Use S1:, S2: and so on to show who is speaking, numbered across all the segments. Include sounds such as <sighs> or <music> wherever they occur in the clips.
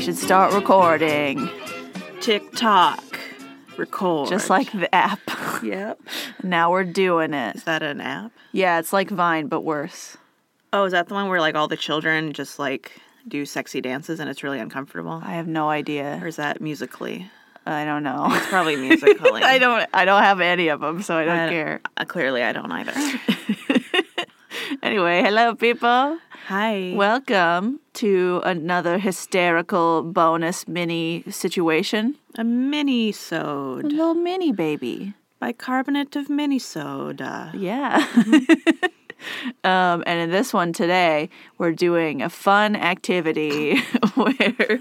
S1: should start recording.
S2: Tick tock. Record.
S1: Just like the app. <laughs>
S2: Yep.
S1: now we're doing it.
S2: Is that an app?
S1: Yeah, it's like Vine, but worse.
S2: Oh, is that the one where like all the children just like do sexy dances and it's really uncomfortable?
S1: I have no idea.
S2: Or is that musically?
S1: I don't know. <laughs>
S2: It's probably <laughs> musically.
S1: I don't. I don't have any of them, so I don't
S2: I don't-
S1: care.
S2: Uh, clearly, I don't either.
S1: <laughs> Anyway, hello, people.
S2: Hi.
S1: Welcome to another hysterical bonus mini situation.
S2: a mini
S1: A
S2: sode.
S1: little mini baby.
S2: Bicarbonate of mini soda.
S1: Yeah. <laughs> um, and in this one today, we're doing a fun activity <laughs> where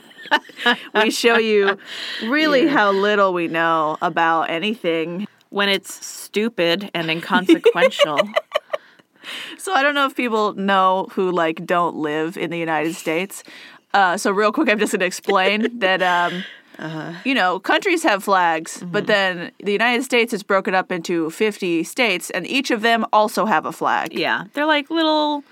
S1: <laughs> we show you really how little we know about anything.
S2: When it's stupid
S1: <laughs>
S2: and inconsequential. <laughs>
S1: So I don't know if people know who like don't live in the United States. Uh, so real quick, I'm just gonna explain that. Um, You know, countries have flags, but then the United States is broken up into 50 states, and each of them also have a flag.
S2: yeah. They're like little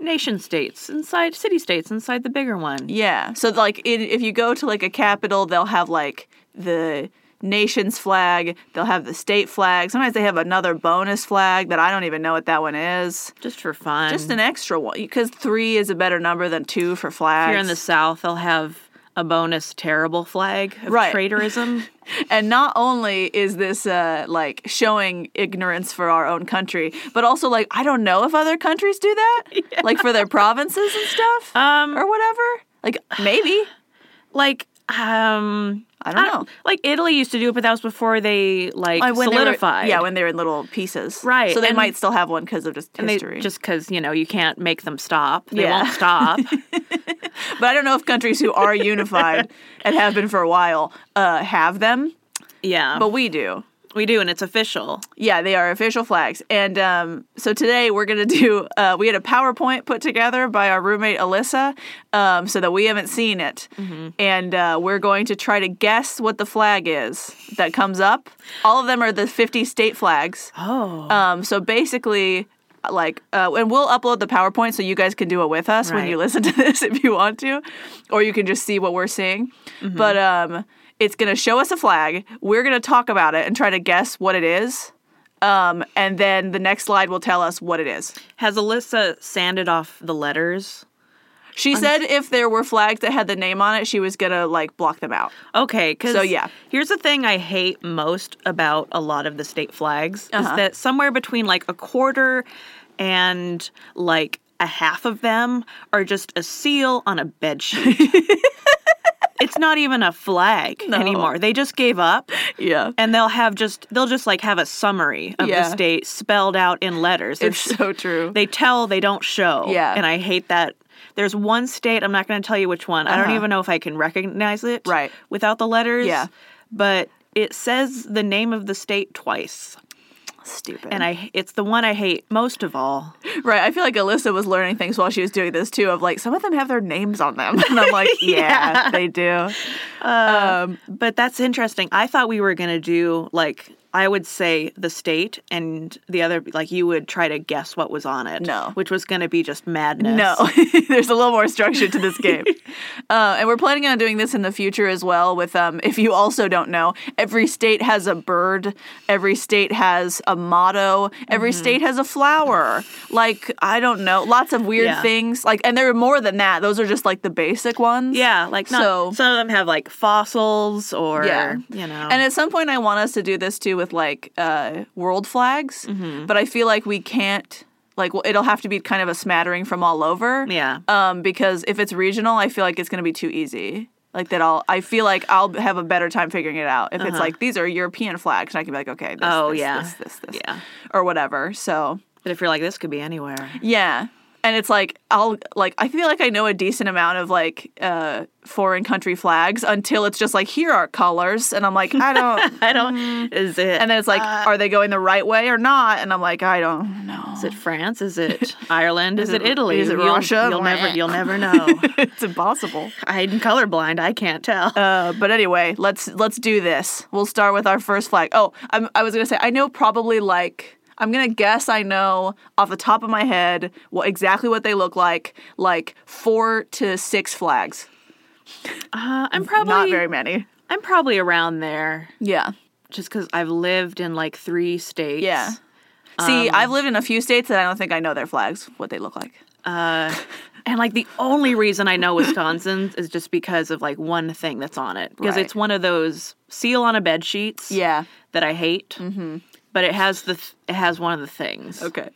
S2: nation states inside, city states inside the bigger one.
S1: Yeah. So like in, if you go to like a capital, they'll have like the nation's flag, they'll have the state flag. Sometimes they have another bonus flag that I don't even know what that one is.
S2: Just for fun.
S1: Just an extra one because three is a better number than two for
S2: If
S1: flags.
S2: you're in the South, they'll have a bonus terrible flag of
S1: Right. <laughs>
S2: traitorism.
S1: And not only is this uh, like showing ignorance for our own country, but also like I don't know if other countries do
S2: <laughs>
S1: that, like for their provinces and stuff
S2: Um,
S1: or whatever. Like maybe
S2: like, um,
S1: I don't know.
S2: Like Italy used to do it, but that was before they like
S1: Uh, when they were-
S2: solidified.
S1: yeah, when they're in little pieces.
S2: Right,
S1: So they
S2: and-
S1: might still have one because of just
S2: and they,
S1: history.
S2: just because you know you can't make them stop. They
S1: Yeah.
S2: won't
S1: <laughs>
S2: stop.
S1: but I don't know if countries who are
S2: <laughs>
S1: unified and have been for a while uh, have them,
S2: yeah,
S1: but we do.
S2: we do, and it's official.
S1: Yeah, they are official flags. And um, so today we're going to do, uh, we had a PowerPoint put together by our roommate Alyssa um, so that we haven't seen it.
S2: Mm-hmm.
S1: And uh, we're going to try to guess what the flag is that comes up. All of them are the 50 state flags.
S2: Oh,
S1: Um, so basically, like, uh, and we'll upload the PowerPoint so you guys can do it with us when you
S2: Right.
S1: listen <laughs> to this if you want to, or you can just see what we're seeing. But um, it's going to show us a flag. We're going to talk about it and try to guess what it is. Um, and then the next slide will tell us what it is.
S2: has Alyssa sanded off the letters?
S1: She said if there were flags that had the name on it, she was going to like block them out.
S2: Okay, because
S1: So, yeah.
S2: here's the thing I hate most about a lot of the state flags
S1: Uh-huh.
S2: is that somewhere between like a quarter and like a half of them are just a seal on a bed
S1: <laughs>
S2: sheet. it's not even a flag anymore. They just gave up.
S1: Yeah.
S2: And they'll have just they'll just like have a summary of
S1: Yeah.
S2: the state spelled out in letters.
S1: It's
S2: There's-
S1: so true.
S2: they tell, they don't show.
S1: Yeah.
S2: And I hate that. There's one state, I'm not going to tell you which one. I don't
S1: Uh-huh.
S2: even know if I can recognize it
S1: Right.
S2: without the letters.
S1: Yeah.
S2: But it says the name of the state twice.
S1: Stupid.
S2: And I it's the one I hate most of all.
S1: Right. I feel like Alyssa was learning things while she was doing this too, of like some of them have their names on them. <laughs> And I'm
S2: <laughs>
S1: like, yeah, they do. um,
S2: But that's interesting. I thought we were going to do like I would say the state and the other like you would try to guess what was on it.
S1: No.
S2: Which was going to be just madness.
S1: no, <laughs> there's a little more structure to this
S2: <laughs>
S1: game. uh, and we're planning on doing this in the future as well. With, um, if you also don't know, every state has a bird, every state has a motto, every
S2: Mm-hmm.
S1: state has a flower. Like, I don't know, lots of weird
S2: Yeah.
S1: things. Like, and there are more than that. Those are just like the basic ones.
S2: <laughs> Yeah, like not,
S1: So-
S2: some of them have like fossils or
S1: Yeah.
S2: you know.
S1: And at some point, I want us to do this too with like uh, world flags,
S2: Mm-hmm.
S1: but I feel like we can't. Like well, it'll have to be kind of a smattering from all over.
S2: Yeah.
S1: Um, because if it's regional, I feel like it's gonna be too easy. Like that, I'll. I feel like I'll have a better time figuring it out if it's like these are European flags, and I can be like, okay, this,
S2: Uh-huh. Oh,
S1: this,
S2: yeah.
S1: this, this, this,
S2: Yeah.
S1: or whatever. So
S2: But if you're like, this could be anywhere.
S1: yeah. And it's like I'll like I feel like I know a decent amount of like uh foreign country flags until it's just like here are colors and I'm like I don't
S2: I don't. Is it?
S1: And then it's like, are they going the right way or not? And I'm like, I don't know.
S2: <laughs> is it France? Is <laughs> it Ireland? Is, it
S1: it-
S2: Italy?
S1: is it
S2: You'll-
S1: Russia?
S2: You'll never. You'll <laughs> never know.
S1: it's impossible.
S2: I'm colorblind. I can't tell.
S1: Uh, but anyway, let's let's do this. We'll start with our first flag. Oh, I'm, I was gonna say I know probably like I'm gonna guess I know off the top of my head what exactly what they look like, like four to six flags.
S2: Uh, I'm probably
S1: Not very many.
S2: I'm probably around there,
S1: Yeah.
S2: just because I've lived in like three states.
S1: Yeah. See,
S2: Um,
S1: I've lived in a few states that I don't think I know their flags, what they look like.
S2: And like the only reason I know Wisconsin's <laughs> is just because of like one thing that's on it. Because
S1: Right.
S2: it's one of those seal on a bed sheets
S1: Yeah.
S2: that I hate. Mm-hmm. Oh, But it has the th- it has one of the things.
S1: Okay.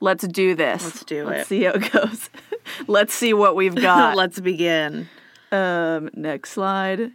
S1: Let's do this.
S2: Let's do
S1: Let's
S2: it.
S1: see how it goes. <laughs> Let's see what
S2: <laughs>
S1: we've got.
S2: Let's begin.
S1: um, next slide.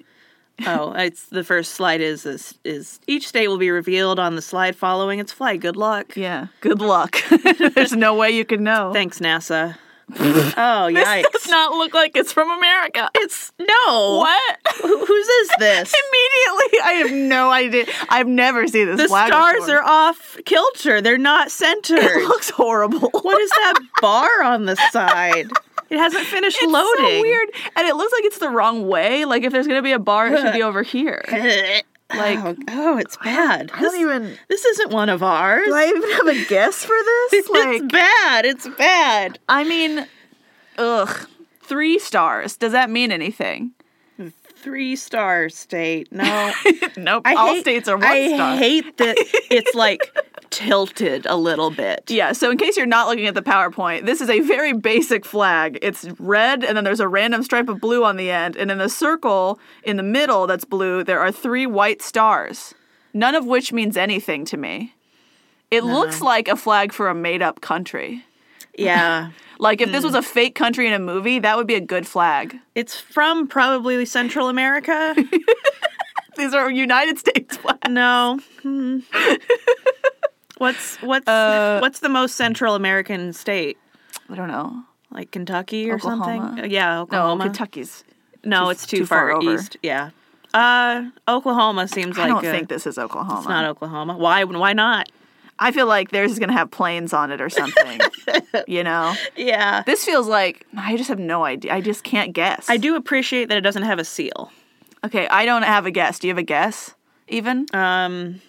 S2: Oh, it's the first slide is is, is each state will be revealed on the slide following its flag. Good luck.
S1: Yeah. Good luck. <laughs> There's no way you can know.
S2: Thanks,
S1: <laughs>
S2: NASA. oh, yikes.
S1: Does not look like it's from America.
S2: It's no.
S1: What? <laughs>
S2: Who- Whose is this?
S1: Immediately, I have no idea. I've never seen this.
S2: the
S1: flag
S2: stars
S1: before.
S2: are off kilter. They're
S1: <laughs>
S2: not
S1: It <laughs>
S2: centered.
S1: looks horrible.
S2: what is that bar on the side? It hasn't finished
S1: <laughs> It's
S2: loading.
S1: so weird, and it looks like it's the wrong way. Like if there's gonna be a bar, it should
S2: <laughs>
S1: be over here.
S2: <laughs> Like oh, oh, it's bad.
S1: I
S2: This,
S1: don't even.
S2: this isn't one of ours.
S1: Do I even have a guess for <laughs> this? Like,
S2: <laughs> it's bad. It's bad.
S1: I mean, ugh, three stars. Does that mean anything?
S2: Three star state. No.
S1: <laughs> nope.
S2: I
S1: All
S2: hate-
S1: states are one
S2: I
S1: star. <laughs>
S2: hate that it's like tilted a little bit.
S1: yeah, so in case you're not looking at the PowerPoint, this is a very basic flag. It's red, and then there's a random stripe of blue on the end. And in the circle in the middle that's blue, there are three white stars, none of which means anything to me. It looks like a flag for a made up country.
S2: Yeah.
S1: Like if this was a fake country in a movie, that would be a good flag.
S2: It's from probably Central America.
S1: <laughs> These are United <laughs> States flags.
S2: No. Hmm. what's what's
S1: Uh,
S2: what's the most Central American state?
S1: I don't know.
S2: Like Kentucky or
S1: Oklahoma.
S2: something? Uh, Yeah,
S1: No,
S2: Oklahoma.
S1: Kentucky's.
S2: No,
S1: too-
S2: it's too,
S1: too
S2: far,
S1: far over.
S2: east. Yeah. Uh, Oklahoma seems like
S1: I don't
S2: a-
S1: think this is Oklahoma.
S2: it's not Oklahoma. Why why not?
S1: I feel like theirs is going to have planes on it or
S2: <laughs>
S1: something. you know?
S2: Yeah.
S1: This feels like I just have no idea. I just can't guess.
S2: I do appreciate that it doesn't have a seal.
S1: Okay, I don't have a guess. Do you have a guess? Even?
S2: Um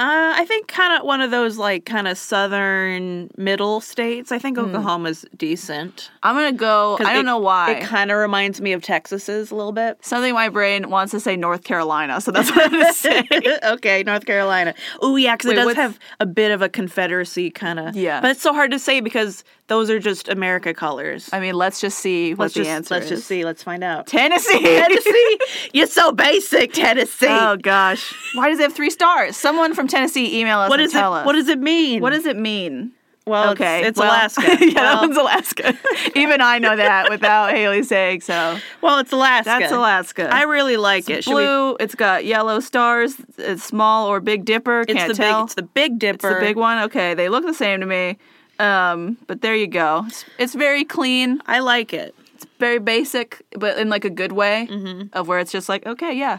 S2: uh, I think kind of one of those like kind of southern middle states. I think Oklahoma's decent.
S1: I'm going to go.
S2: 'Cause
S1: Hmm. I don't
S2: it-
S1: know why.
S2: It kind of reminds me of Texas's a little bit.
S1: <laughs> Something in my brain wants to say North Carolina, so that's what I'm going to
S2: <laughs>
S1: say.
S2: okay, North Carolina. Oh yeah, because it
S1: Wait,
S2: does
S1: what's-
S2: have a bit of a Confederacy kind of.
S1: Yeah.
S2: but it's so hard to say because those are just America colors.
S1: I mean, let's just see what
S2: let's
S1: the
S2: just
S1: answer
S2: let's
S1: is.
S2: just see. Let's find
S1: <laughs>
S2: out.
S1: Tennessee.
S2: Tennessee, <laughs> you're so basic, Tennessee.
S1: <laughs> Oh gosh. Why does it have 3 stars? Someone from Tennessee email us
S2: what
S1: and
S2: is it?
S1: tell us.
S2: What does it mean?
S1: what does it mean?
S2: Well, it's-
S1: Okay.
S2: it's,
S1: well-
S2: Alaska.
S1: <laughs> yeah, that
S2: well,
S1: one's
S2: <laughs>
S1: Alaska. Even I know that without Haley saying so.
S2: well, it's Alaska.
S1: That's Alaska.
S2: I really like it. Should we-
S1: Blue, it's got yellow stars. It's small or Big Dipper.
S2: it's
S1: Can't
S2: the
S1: tell.
S2: big. It's the Big Dipper.
S1: It's the big one. Okay, they look the same to me. Um, but there you go. It's, it's very clean,
S2: I like it.
S1: very basic, but in like a good way of where it's just like, okay, yeah,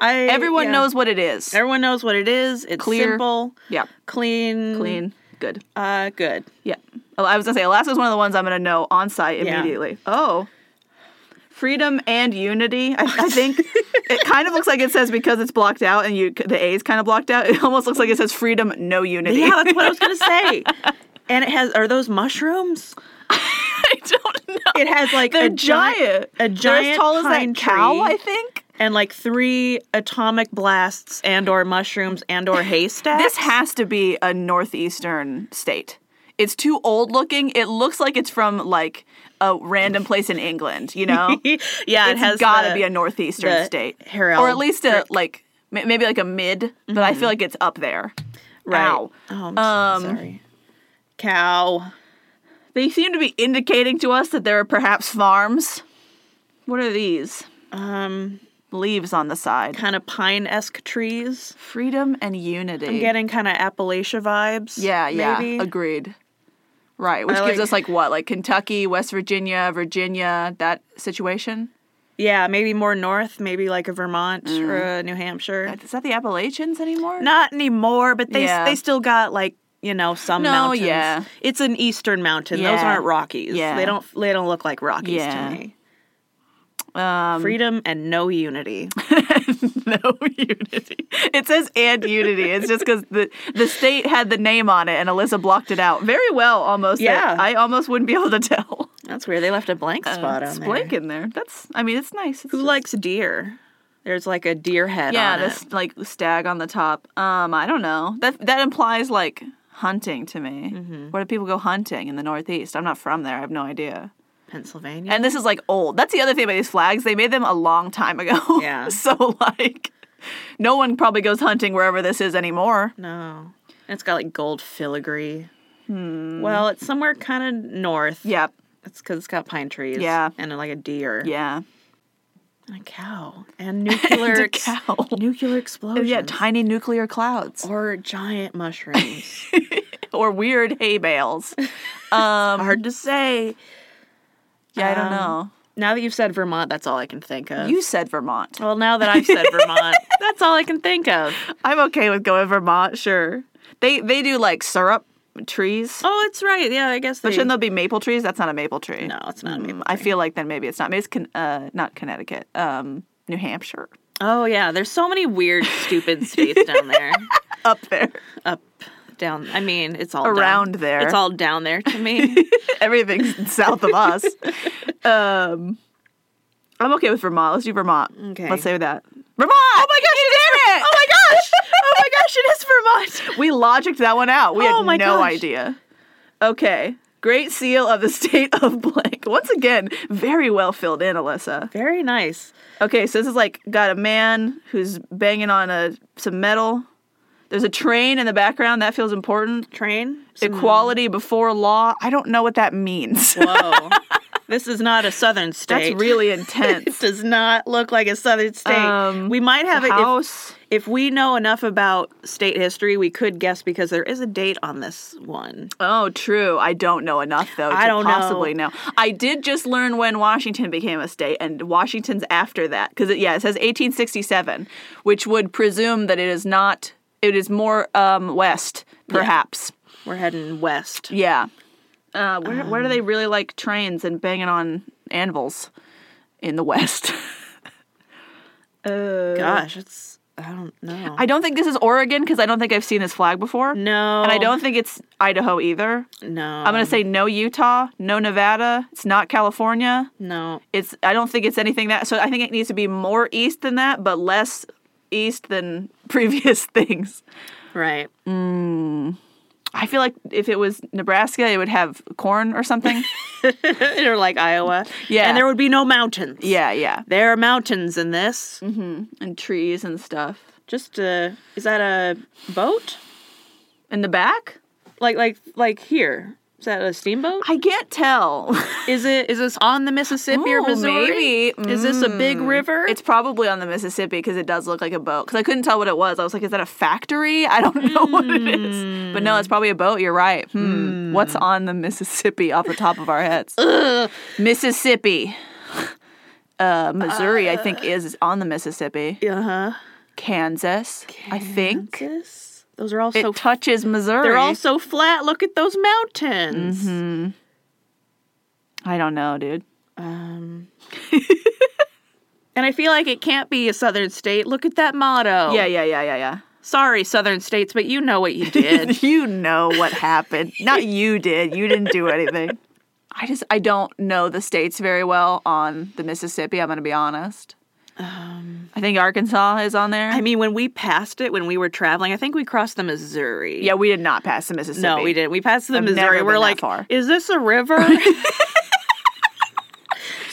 S2: I
S1: everyone
S2: Mm-hmm. yeah.
S1: knows what it is.
S2: Everyone knows what it is. It's
S1: Clear.
S2: simple,
S1: yeah,
S2: clean,
S1: clean, good.
S2: Uh, good. <laughs>
S1: Yeah. Oh, I was gonna say Alaska's one of the ones I'm gonna know on site
S2: Yeah.
S1: immediately. Oh. Freedom and unity. I, I think it
S2: <laughs>
S1: kind of looks like it says because it's blocked out and you the A is kind of blocked out. It almost looks like it says freedom, no unity.
S2: Yeah, that's what I was gonna say. And it has are those mushrooms?
S1: <laughs> I don't know.
S2: It has like
S1: They're
S2: <laughs> a giant,
S1: giant. They're
S2: a
S1: as
S2: giant
S1: tall as
S2: pine
S1: that cow.
S2: tree.
S1: I think
S2: and like three atomic blasts and or mushrooms
S1: <laughs>
S2: and or haystacks.
S1: this has to be a northeastern state. It's too old looking. It looks like it's from like a random place in England. You
S2: <laughs>
S1: know.
S2: <laughs> yeah, it has
S1: it's got to
S2: the-
S1: be a northeastern
S2: the
S1: state, or
S2: heraldic-
S1: at least a like ma- maybe like a mid. But I feel like it's up there.
S2: Mm-hmm. right.
S1: Ow.
S2: Oh, I'm so
S1: Um,
S2: sorry. Cow.
S1: They seem to be indicating to us that there are perhaps farms. What are these
S2: Um,
S1: leaves on the side?
S2: kind of pine esque trees.
S1: Freedom and unity.
S2: I'm getting kind of Appalachia vibes.
S1: yeah, yeah,
S2: maybe.
S1: agreed. Right, which
S2: I
S1: gives
S2: like-
S1: us like what, like Kentucky, West Virginia, Virginia, that situation.
S2: yeah, maybe more north. Maybe like a Vermont
S1: Mm-hmm.
S2: or a New Hampshire.
S1: Is that the Appalachians anymore?
S2: Not anymore, but they
S1: Yeah.
S2: they still got like you know some
S1: No,
S2: mountains.
S1: yeah.
S2: It's an eastern mountain. Those
S1: Yeah.
S2: aren't Rockies.
S1: Yeah.
S2: They don't they don't look like Rockies
S1: Yeah.
S2: to me.
S1: um,
S2: Freedom and no unity.
S1: <laughs> no unity. It says and unity. It's just because the the state had the name on it and Alyssa blocked it out very well. Almost, that
S2: Yeah.
S1: I almost wouldn't be able to tell.
S2: That's weird. They left a blank <laughs> spot
S1: Uh, it's
S2: on there.
S1: blank in there. That's I mean it's nice. It's
S2: Who
S1: just-
S2: likes deer? There's like a deer head
S1: yeah,
S2: on
S1: this
S2: it.
S1: like stag on the top. Um, I don't know. That that implies like hunting to me.
S2: Mm-hmm.
S1: Where do people go hunting in the Northeast? I'm not from there. I have no idea.
S2: Pennsylvania.
S1: And this is like old. That's the other thing about these flags. They made them a long time ago. <laughs>
S2: Yeah.
S1: so like, no one probably goes hunting wherever this is anymore.
S2: no. And it's got like gold filigree. Well, it's somewhere kind of north.
S1: Yep.
S2: It's because it's got pine trees.
S1: Yeah.
S2: And like a deer.
S1: Yeah.
S2: And a Oh, cow. <laughs> And nuclear. ex-
S1: cow.
S2: Nuclear explosions.
S1: Yeah. Tiny nuclear clouds
S2: or giant <laughs> mushrooms.
S1: <laughs> or weird hay bales. Um.
S2: Hard to say.
S1: Yeah. I don't
S2: Um,
S1: know.
S2: Now that you've said Vermont, that's all I can think of.
S1: You said Vermont.
S2: well, now that I've said <laughs> Vermont, that's all I can think of.
S1: I'm okay with going Vermont. Sure. They they do like syrup trees.
S2: Oh, that's right. Yeah, I guess. They,
S1: But shouldn't there be maple trees? That's not a maple tree.
S2: No, it's not a maple
S1: Mm, I feel like then maybe it's not. Maybe it's con- uh, not Connecticut. Um, New Hampshire
S2: Oh yeah, there's so many weird, <laughs> stupid states down there.
S1: up there.
S2: Up, down. I mean, it's
S1: <laughs>
S2: all
S1: Around
S2: down.
S1: there.
S2: It's all down there to <laughs> me.
S1: Everything's south of <laughs> us. Um, I'm okay with Vermont. Let's do Vermont.
S2: Okay.
S1: Let's say that. Vermont! Oh my gosh, you did it! Oh my gosh! <laughs> Oh my gosh, it is Vermont! We logicked that one out. We
S2: Oh
S1: had
S2: my
S1: no
S2: gosh.
S1: idea. Okay. Great seal of the <laughs> state of blank. Once again, very well filled in, Alyssa.
S2: Very nice.
S1: Okay, so this is like got a man who's banging on a some metal. There's a train in the background. That feels important.
S2: Train.
S1: Hmm. Equality before law. I don't know what that means.
S2: <laughs>
S1: <laughs>
S2: Whoa. this is not a southern
S1: That's <laughs>
S2: state.
S1: really
S2: <laughs> It
S1: intense.
S2: does not look like a southern state.
S1: Um,
S2: we might have it if,
S1: House.
S2: if we know enough about state history. We could guess because there is a date on this one.
S1: Oh, true. I don't know enough though. To
S2: I don't know.
S1: possibly know. I did just learn when Washington became a state, and Washington's after that because it, yeah, it says 1867, which would presume that it is not. It is more um, west, perhaps.
S2: We're heading west.
S1: Yeah. Uh, where, where do they really like trains and banging on anvils in the West? <laughs> uh,
S2: Gosh, it's I don't know.
S1: I don't think this is Oregon because I don't think I've seen this flag before.
S2: no,
S1: And I don't think it's Idaho either.
S2: No,
S1: I'm going to say no Utah, no Nevada. It's not California.
S2: no.
S1: It's I don't think it's anything that. So I think it needs to be more east than that, but less east than <laughs> previous things.
S2: Right.
S1: I feel like if it was Nebraska, it would have corn or <laughs> something.
S2: <laughs> or like Iowa.
S1: Mm. Yeah.
S2: And there would be no mountains.
S1: yeah, Mm-hmm. yeah.
S2: There are mountains in this.
S1: And trees and stuff.
S2: Just a is that a boat?
S1: In the back?
S2: Like like like here. Is that a steamboat?
S1: I can't tell.
S2: Is it is this on the Mississippi or
S1: Ooh,
S2: Missouri?
S1: maybe.
S2: Is this a big river?
S1: it's probably on the Mississippi because it does look like a boat. Because I couldn't tell what it was. I was like, is that a factory? I don't <laughs> know what it is. But no,
S2: Hmm.
S1: it's probably a boat. You're right. Hmm. What's on the Mississippi off the top of our
S2: <laughs>
S1: heads? Mississippi. Uh, Missouri, I think, is on the Mississippi.
S2: uh-huh.
S1: Kansas, I think.
S2: Kansas? Those are all
S1: It
S2: so
S1: touches Missouri.
S2: they're all so flat. Look at those mountains.
S1: I don't know, dude.
S2: And I feel like it can't be a southern state. Look at that motto.
S1: Yeah, yeah, yeah, yeah, yeah.
S2: Sorry, southern states, but you know what you did.
S1: you know what happened. Not you did. You didn't do anything. I just I don't know the states very well on the Mississippi. I'm going to be honest. I think Arkansas is on there.
S2: <laughs> Um, I mean, when we passed it when we were traveling, I think we crossed the Missouri.
S1: yeah, we did not pass the Mississippi.
S2: No, we didn't. We passed the
S1: I've never
S2: Missouri.
S1: been
S2: We're
S1: that
S2: like,
S1: far.
S2: is this a <laughs> river? this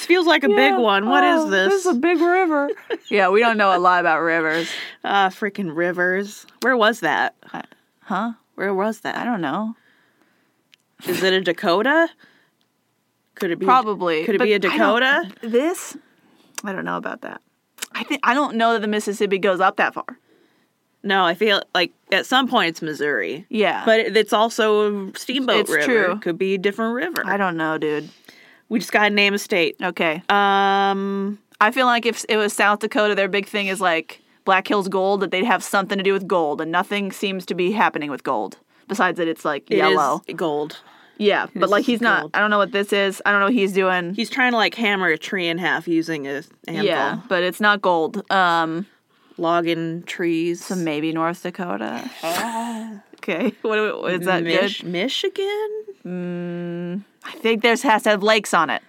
S2: feels like a big one. What is Oh, this?
S1: This is a big
S2: <laughs>
S1: river. yeah, we don't know a lot about rivers,
S2: Ah, freaking rivers. Where was that?
S1: huh?
S2: Where was
S1: I
S2: that?
S1: don't know.
S2: Is it a Dakota? Could it be
S1: Probably.
S2: Could it
S1: but
S2: be a
S1: I don't-
S2: Dakota?
S1: This, I don't know about that. I think I don't know that the Mississippi goes up that far.
S2: No, I feel like at some point it's Missouri.
S1: Yeah,
S2: But it- it's also a steamboat
S1: It's
S2: river.
S1: true.
S2: Could be a different river.
S1: I don't know, dude.
S2: we just gotta name a state.
S1: Okay,
S2: Um,
S1: I feel like if it was South Dakota, their big thing is like Black Hills gold, that they'd have something to do with gold, and nothing seems to be happening with gold besides that it's like
S2: it is
S1: yellow.
S2: gold.
S1: yeah, but like
S2: is
S1: he's not.
S2: gold.
S1: I don't know what this is. I don't know what he's doing.
S2: He's trying to like hammer a tree in half using a anvil.
S1: yeah, but it's not gold. Um,
S2: logging trees.
S1: so maybe North <laughs>
S2: <laughs>
S1: Dakota. okay, what, do we- is that
S2: Mich-
S1: good?
S2: Michigan?
S1: I think there's has to have lakes on it.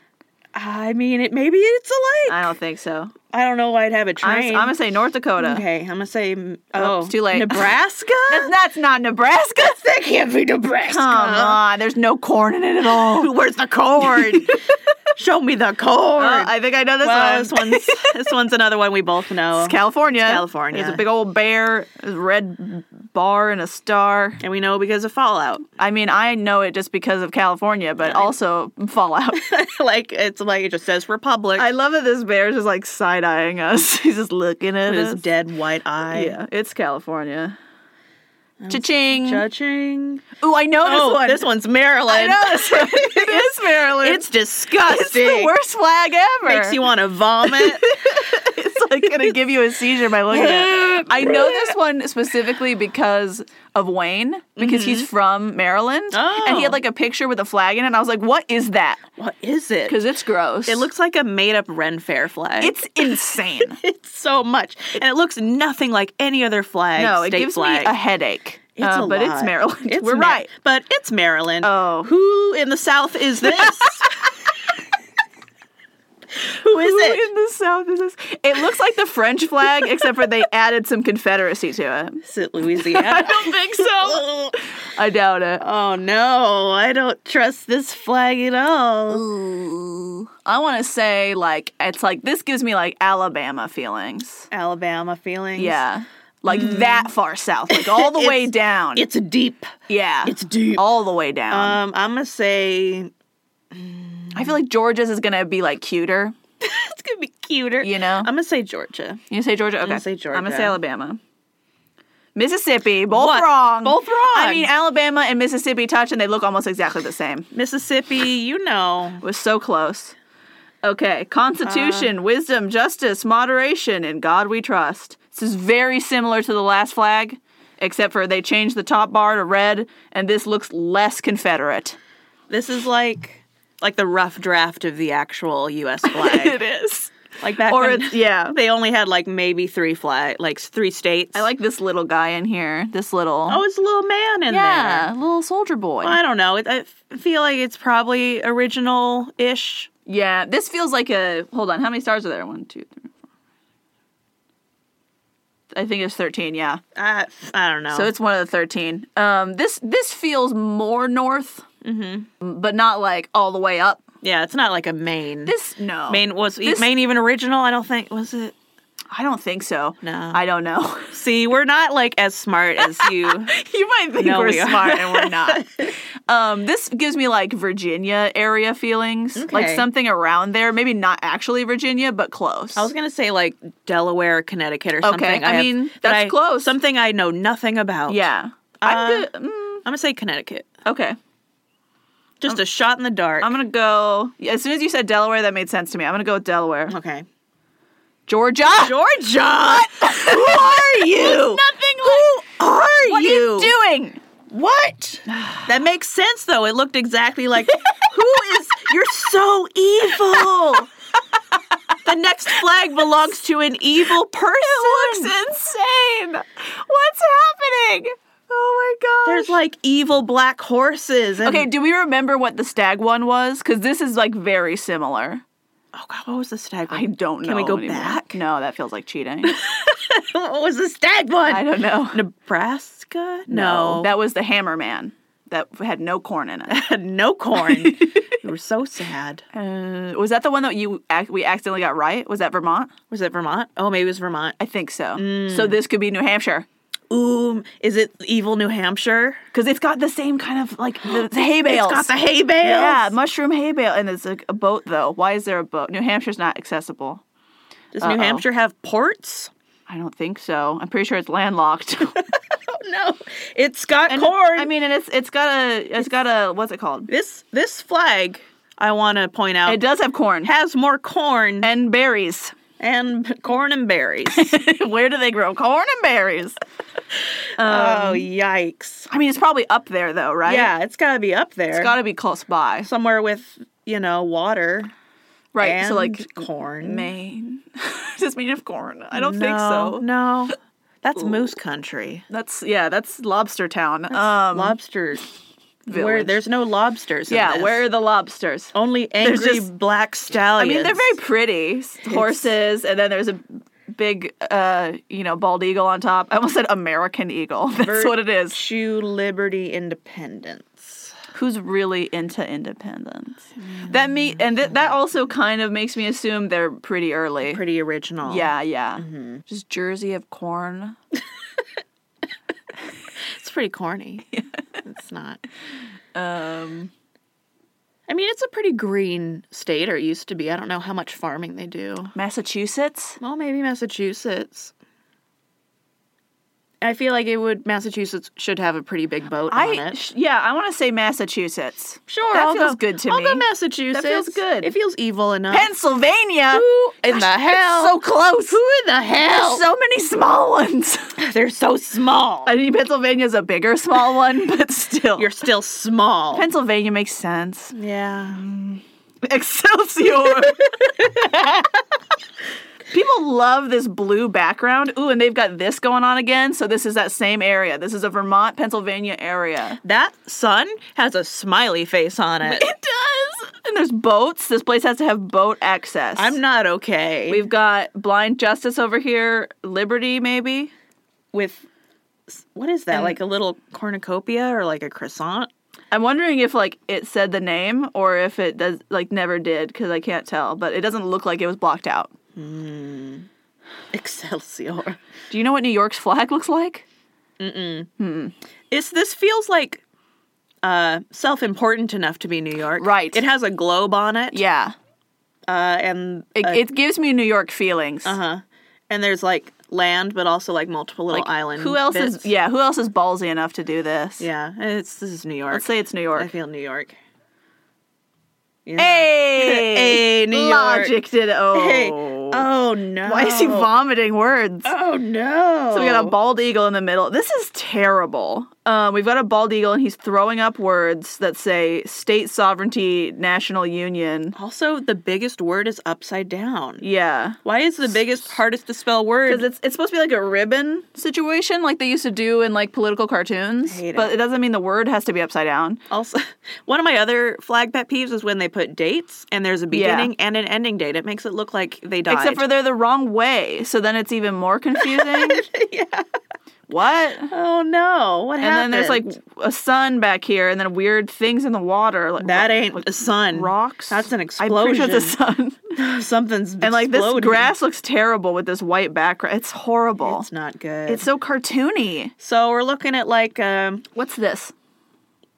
S2: I mean, it maybe it's a lake.
S1: I don't think so.
S2: I don't know why I'd have a
S1: I'm,
S2: train.
S1: I'm gonna say North Dakota.
S2: okay, I'm gonna say mm,
S1: Oh,
S2: oh,
S1: it's too late.
S2: Nebraska.
S1: That's, that's not Nebraska.
S2: <laughs> that can't be Nebraska.
S1: Come on, there's no corn in it at all.
S2: <laughs> Where's the corn? Show me the corn.
S1: Uh, I think I know this
S2: Well,
S1: one.
S2: this <laughs> one's this one's another one we both know,
S1: It's California.
S2: California.
S1: There's a big old bear, a red bar, and a star.
S2: and we know because of Fallout.
S1: I mean, I know it just because of California, but also Fallout.
S2: <laughs> like it's like it just says
S1: <laughs>
S2: Republic.
S1: I love that this bear is just like side eyeing us. <laughs> He's just looking at
S2: with
S1: us.
S2: his dead white eye.
S1: Yeah, it's California. Cha-ching.
S2: Judging.
S1: Ooh, I know this
S2: oh,
S1: one. <laughs>
S2: this one's Maryland.
S1: I know this
S2: <laughs>
S1: one. it is Maryland.
S2: It's disgusting.
S1: It's the worst flag ever.
S2: Makes you want to <laughs> vomit.
S1: it's <laughs> like gonna give you a seizure by looking
S2: <laughs>
S1: at it. I know this one specifically because of Wayne, because he's from Maryland, and he had
S2: Mm-hmm. Oh.
S1: like a picture with a flag in it. And I was like, "What is that?"
S2: what is it?
S1: Because it's gross.
S2: It looks like a made up Ren Fair flag.
S1: It's insane.
S2: <laughs> it's so much. And it looks nothing like any other flag.
S1: no, it
S2: state
S1: gives
S2: flag.
S1: me a headache.
S2: It's
S1: Uh,
S2: a
S1: but it's
S2: lot.
S1: Maryland.
S2: It's
S1: We're
S2: Ma-
S1: right.
S2: But it's Maryland.
S1: Oh.
S2: Who in the South is this? Who
S1: <laughs>
S2: is
S1: Who
S2: it?
S1: in the South is this? It looks like the French flag, except for
S2: <laughs>
S1: they added some Confederacy to it.
S2: Is
S1: <laughs>
S2: it Louisiana?
S1: don't think so.
S2: <laughs> oh
S1: I doubt it.
S2: no, I don't trust this flag at all.
S1: Ooh. I want to say like it's like this gives me like Alabama feelings.
S2: Alabama feelings.
S1: Yeah. Like that far south, like all
S2: <laughs>
S1: the way
S2: Mm. It's-
S1: down.
S2: It's deep.
S1: yeah.
S2: It's deep.
S1: all the way down.
S2: Um, I'm
S1: <laughs>
S2: gonna say
S1: I feel like Georgia's is going to be like cuter,
S2: it's gonna be cuter.
S1: you know?
S2: I'm gonna say Georgia.
S1: you say Georgia? Okay.
S2: gonna say
S1: I'm going to
S2: Georgia.
S1: say Alabama. Mississippi, both
S2: What?
S1: wrong.
S2: Both wrong.
S1: I mean, Alabama and Mississippi touch and they look almost exactly the same.
S2: Mississippi, you know.
S1: It was so close. Okay.
S2: Uh.
S1: Constitution, wisdom, justice, moderation, in God we trust. This is very similar to the last flag, except for they changed the top bar to red, and this looks less Confederate.
S2: This is like like the rough draft of the
S1: <laughs>
S2: actual US flag.
S1: is.
S2: like back
S1: Or
S2: when
S1: it's, yeah.
S2: they only had like maybe three flag like three
S1: <laughs>
S2: states.
S1: I like this little guy in here. This little.
S2: Oh, it's a little man in
S1: yeah,
S2: there.
S1: little soldier boy.
S2: I don't know. It, I f- feel like it's probably original ish.
S1: Yeah, this feels like a. Hold on, how many stars are there? One, two, three, four. I think it's thirteen. Yeah,
S2: I, I don't know.
S1: so it's one of the thirteen. Um, this this feels more north, mm-hmm. but not like all the way up.
S2: yeah, it's not like a Maine.
S1: This no
S2: Maine was
S1: this-
S2: Maine even original? I don't think was it.
S1: I don't think so.
S2: No.
S1: I don't know. <laughs>
S2: See, we're not like as smart as you.
S1: you might think
S2: No,
S1: we're
S2: we are.
S1: smart and we're not.
S2: <laughs>
S1: um, this gives me like Virginia area feelings, like
S2: Okay.
S1: something around there. Maybe not actually Virginia, but close.
S2: I was gonna say like Delaware, Connecticut, or something.
S1: I
S2: have-
S1: mean,
S2: that
S1: that's
S2: I-
S1: close.
S2: Something I know nothing about.
S1: yeah.
S2: Uh,
S1: I'm good. mm,
S2: I'm gonna say Connecticut.
S1: okay.
S2: Just a shot in the dark.
S1: I'm gonna go. As soon as you said Delaware, that made sense to me. I'm gonna go with Delaware.
S2: okay.
S1: Georgia.
S2: Uh-huh. Georgia, <laughs> who are <laughs> you?
S1: Nothing. Who
S2: are
S1: what
S2: you?
S1: are you doing?
S2: <sighs> What? That makes sense though. It looked exactly <laughs> like who is you're so evil. the next flag belongs to an evil person.
S1: It looks insane. What's happening? Oh my gosh.
S2: There's like evil black horses. And,
S1: okay, do we remember what the stag one was? Because this is like very similar.
S2: Oh god, what was the stag? one?
S1: I don't know.
S2: Can we go
S1: anymore.
S2: back?
S1: No, that feels like cheating.
S2: <laughs> what was the stag one?
S1: I
S2: <laughs>
S1: don't know.
S2: Nebraska? No.
S1: that was the Hammer Man that had no corn
S2: <laughs>
S1: in it.
S2: had <laughs> no corn. <laughs> we were so sad.
S1: Uh, was that the one that you ac- we accidentally got right? Was that Vermont?
S2: Was it Vermont? Oh, maybe it was Vermont.
S1: I think so.
S2: Mm.
S1: So this could be New Hampshire.
S2: Ooh, is it evil New Hampshire?
S1: because it's got the same kind of like the, the hay bales.
S2: It's got the hay bales.
S1: yeah, mushroom hay bale, and it's like a boat though. Why is there a boat? New Hampshire's not accessible.
S2: Does
S1: Uh-oh.
S2: New Hampshire have ports?
S1: I don't think so. I'm pretty sure it's landlocked.
S2: <laughs>
S1: <laughs>
S2: Oh no, it's got
S1: And it-
S2: corn.
S1: I mean, and it's it's got a it's got a what's it called?
S2: this this flag, I want to point out,
S1: It does have corn
S2: has more corn
S1: and berries.
S2: and <laughs> p- corn and berries.
S1: <laughs> Where do they grow corn and berries? Um,
S2: oh yikes!
S1: I mean, it's probably up there though, right?
S2: Yeah, it's got to be up there.
S1: it's got to be close by,
S2: somewhere with you know water.
S1: right?
S2: And
S1: so like
S2: corn.
S1: Maine. <laughs> Does this mean of corn? I don't
S2: no,
S1: think so.
S2: No, that's moose country.
S1: That's yeah, that's lobster town. um,
S2: Lobster
S1: village.
S2: Where there's no lobsters. in
S1: yeah,
S2: this. Oh,
S1: where are the lobsters?
S2: only angry
S1: just-
S2: black
S1: I
S2: stallions.
S1: mean, they're very pretty s- horses, and then there's a big, uh, you know, bald eagle on top. I almost said American eagle. <laughs> That's what it is.
S2: Virtue, liberty, independence.
S1: Who's really into independence? That me, and th- that also kind of makes me assume they're pretty early.
S2: Pretty original.
S1: Yeah, yeah.
S2: Mm-hmm.
S1: Just Jersey of corn.
S2: It's pretty <laughs> corny. It's not. Um, I mean, it's a pretty green state, or used to be. I don't know how much farming they do.
S1: Massachusetts.
S2: Well, maybe Massachusetts. I feel like it would Massachusetts should have a pretty big boat on
S1: I
S2: it.
S1: sh- yeah, I want to say Massachusetts.
S2: sure,
S1: that
S2: I'll
S1: feels
S2: go-
S1: good to
S2: I'll
S1: me.
S2: go Massachusetts.
S1: good.
S2: It feels evil enough.
S1: Pennsylvania.
S2: Who in the
S1: Gosh,
S2: hell?
S1: It's so close.
S2: Who in the hell?
S1: So many small
S2: <laughs>
S1: ones.
S2: They're so small.
S1: I mean, Pennsylvania's a bigger small
S2: <laughs>
S1: one, but still.
S2: You're still small.
S1: Pennsylvania makes
S2: <laughs>
S1: sense.
S2: yeah.
S1: Excelsior. <laughs> People love this blue background. Ooh, and they've got this going on again. So this is that same area. This is a Vermont, Pennsylvania area.
S2: That sun has a smiley face on
S1: It
S2: it.
S1: does. And there's boats. This place has to have boat access.
S2: I'm not okay
S1: We've got blind justice over here. Liberty, maybe.
S2: with what is that? Like a little cornucopia or like a croissant?
S1: I'm wondering if like it said the name or if it does like never did because I can't tell. But it doesn't look like it was blocked out.
S2: Excelsior.
S1: Do you know what New York's <laughs> flag looks like?
S2: It's this feels like uh self-important enough to be New York.
S1: Right.
S2: It has a globe on it.
S1: Yeah,
S2: Uh and
S1: it, it gives me New York feelings.
S2: uh-huh. And there's like land but also like multiple little island.
S1: Who else
S2: bits.
S1: is? Yeah, who else is ballsy enough to do this?
S2: Yeah, it's this is New York.
S1: Let's say it's New
S2: I
S1: York.
S2: feel New York. Yeah.
S1: Hey,
S2: Hey, New York. <laughs>
S1: Logic did. Oh,
S2: Hey. Oh no.
S1: why is he vomiting
S2: <laughs>
S1: words?
S2: Oh no.
S1: So we got a bald eagle in the middle. This is terrible. Um, we've got a bald eagle, and he's throwing up words that say state sovereignty, national union.
S2: Also, the biggest word is upside down.
S1: Yeah,
S2: Why is the biggest, hardest to spell word?
S1: because it's it's supposed to be like a ribbon situation, like they used to do in like political cartoons.
S2: hate it.
S1: But it doesn't mean the word has to be upside down.
S2: also, <laughs> one of my other flag pet peeves is when they put dates and there's a
S1: Yeah.
S2: beginning and an ending date. It makes it look like they died.
S1: Except for they're the wrong way, so then it's even more
S2: <laughs>
S1: confusing. yeah. What?
S2: oh no, what
S1: And then
S2: happened?
S1: there's like a sun back here, and then weird things in the water. Like
S2: that
S1: ro-
S2: ain't
S1: like
S2: the sun.
S1: rocks.
S2: That's an
S1: I'm pretty sure
S2: explosion.
S1: it's a sun.
S2: <laughs> Something's
S1: And like this
S2: exploding.
S1: grass looks terrible with this white background. It's horrible.
S2: It's not good.
S1: It's so cartoony.
S2: so we're looking at like um,
S1: What's this?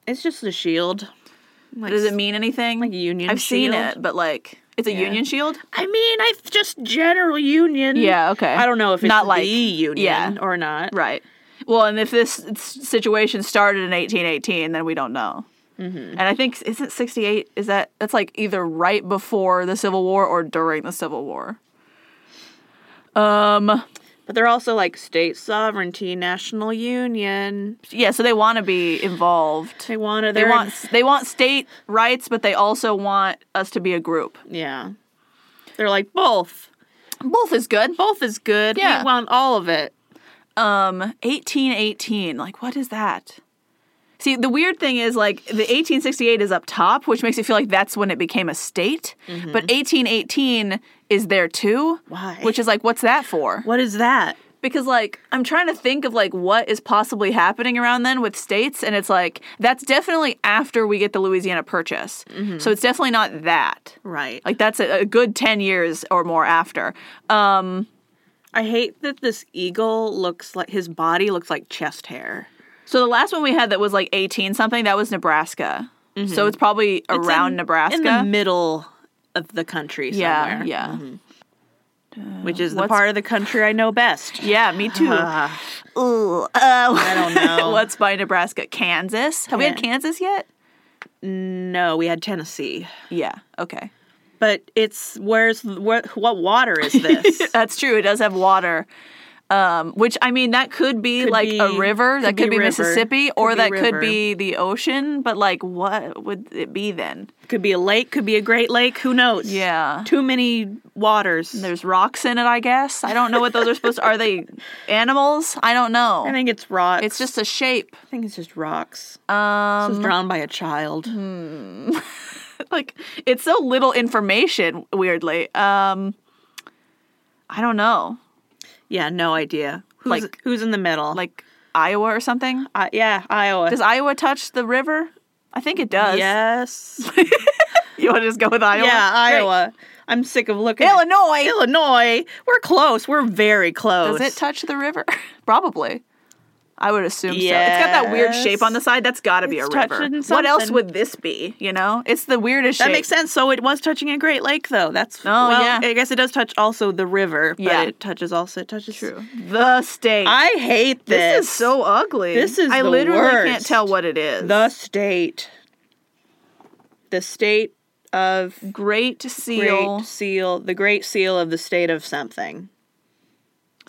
S2: it's just a shield. Like,
S1: Does it mean anything?
S2: like a union?
S1: I've seen
S2: shield.
S1: it, but like it's a union shield.
S2: I mean, I just general union.
S1: Yeah, okay.
S2: I don't know if it's
S1: Not
S2: not like
S1: like-
S2: the union
S1: yeah.
S2: or not.
S1: Right. Well, and if this s- situation started in 1818, then we don't know.
S2: Mm-hmm.
S1: And I think isn't 68? Is that that's like either right before the Civil War or during the Civil War. Um.
S2: But they're also like state sovereignty, national union.
S1: Yeah. So they want to be involved.
S2: They want to.
S1: They want s- they want state rights, but they also want us to be a group.
S2: Yeah. They're like both.
S1: Both is good.
S2: Both is good.
S1: Yeah.
S2: We want all of it.
S1: Um, 1818. Like, what is that? See, the weird thing is, like, the 1868 is up top, which makes it feel like that's when it became a state. But 1818 is there too.
S2: Why?
S1: Which is like, what's that for?
S2: What is that?
S1: Because, like, I'm trying to think of, like, what is possibly happening around then with states. And it's like, that's definitely after we get the Louisiana Purchase. So it's definitely not that.
S2: Right.
S1: Like, that's a, a good 10 years or more after. Um,
S2: I hate that this eagle looks like his body looks like chest hair.
S1: So the last one we had that was like 18 something, that was Nebraska. So it's probably
S2: Mm-hmm. It's
S1: around
S2: in-
S1: Nebraska.
S2: in the middle of the country
S1: yeah,
S2: somewhere. Mm-hmm.
S1: yeah.
S2: Which is the
S1: What's-
S2: part of the country I know best.
S1: Yeah, me too.
S2: <laughs> Ah,
S1: Ooh, uh, <laughs>
S2: I don't know.
S1: what's by Nebraska? Kansas? Have we had
S2: Oh. Yeah.
S1: Kansas yet?
S2: No, we had Tennessee.
S1: Yeah, okay. <laughs>
S2: But it's where's where, what water is this?
S1: That's true. It does have water. Um, which I mean, that could be
S2: Could
S1: like a
S2: be-
S1: river, that
S2: could
S1: could
S2: be
S1: be,
S2: river,
S1: Mississippi,
S2: could
S1: or
S2: be
S1: that could
S2: river.
S1: be the ocean. But like, what would it be then?
S2: Could be a lake, could be a Great Lake, who knows?
S1: Yeah.
S2: Too many waters.
S1: There's rocks in it, I guess. I don't know what those are supposed to. Are they animals? I don't know.
S2: I think it's rocks.
S1: it's just a shape.
S2: I think it's just rocks.
S1: Um, Mm-hmm.
S2: was drowned by a child.
S1: <laughs> like it's so little information. Weirdly, um, I don't know.
S2: Yeah, no idea. Who's,
S1: Like-
S2: who's in the middle?
S1: Like Iowa or something.
S2: uh, yeah, Iowa.
S1: Does Iowa touch the river? I think it does.
S2: yes.
S1: <laughs> You want to just go with Iowa?
S2: yeah,
S1: Great.
S2: Iowa. I'm sick of looking. at-
S1: Illinois.
S2: Illinois. We're close. We're very close.
S1: Does it touch the river? <laughs> Probably. I would assume so. It's got that weird shape on the side. That's got to be a
S2: It's
S1: river.
S2: touching
S1: What else
S2: something.
S1: would this be? You know, it's the weirdest
S2: that
S1: shape.
S2: makes sense. So it was touching a Great Lake, though. That's
S1: Oh,
S2: well.
S1: yeah.
S2: I guess it does touch also the river, but
S1: Yeah.
S2: it touches also it touches.
S1: True. The state.
S2: I hate this.
S1: this is so ugly.
S2: This is
S1: I
S2: the
S1: literally can't
S2: worst.
S1: tell what it is.
S2: the state. The state of
S1: Great Seal.
S2: Great Seal, the Great Seal of the state of something.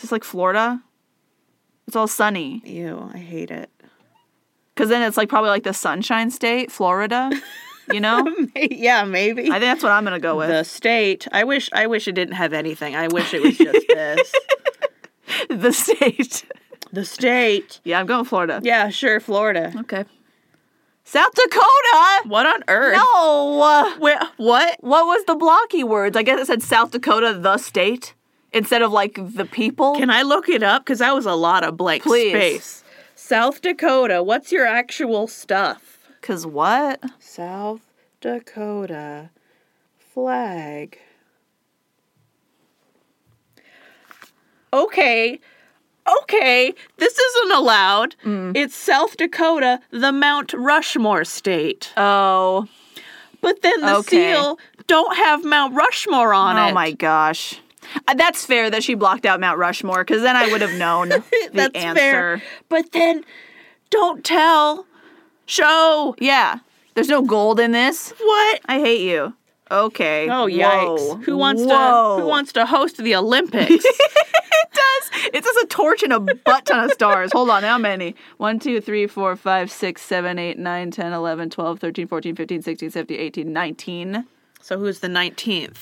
S1: It's like Florida. It's all sunny.
S2: Ew, I hate it. <laughs>
S1: Because then it's like probably like the Sunshine State,
S2: <laughs>
S1: Florida. You know?
S2: yeah, maybe.
S1: I think that's what I'm going to go with.
S2: the state. I wish. I wish it didn't have anything. I wish it was just
S1: <laughs>
S2: this.
S1: the state. <laughs>
S2: the state.
S1: Yeah, I'm going Florida.
S2: Yeah, sure, Florida.
S1: Okay. South Dakota.
S2: What on earth?
S1: No.
S2: Where, what?
S1: What was the blocky words? I guess it said South Dakota, the state, instead of like the people.
S2: Can I look it up? Because that was a lot of blank
S1: Please.
S2: space. South Dakota. What's your actual stuff?
S1: Cause what?
S2: South Dakota flag. Okay. Okay, this isn't allowed.
S1: Mm.
S2: It's South Dakota, the Mount Rushmore state.
S1: Oh.
S2: But then the
S1: Okay.
S2: seal don't have Mount Rushmore on it.
S1: Oh my gosh. Uh, That's fair that she blocked out Mount Rushmore, because then I would have
S2: <laughs>
S1: known the
S2: <laughs> That's
S1: answer.
S2: fair. But then don't tell. Show
S1: Yeah. There's no gold in this.
S2: what?
S1: I hate you. Okay.
S2: Oh yikes. Who wants to who wants to host the Olympics?
S1: It does a torch and a butt ton of stars. Hold on, how many? 1, 2, 3, 4, 5, 6, 7, 8, 9, 10, 11, 12, 13, 14, 15, 16, 17, 18, 19.
S2: so who's the 19th?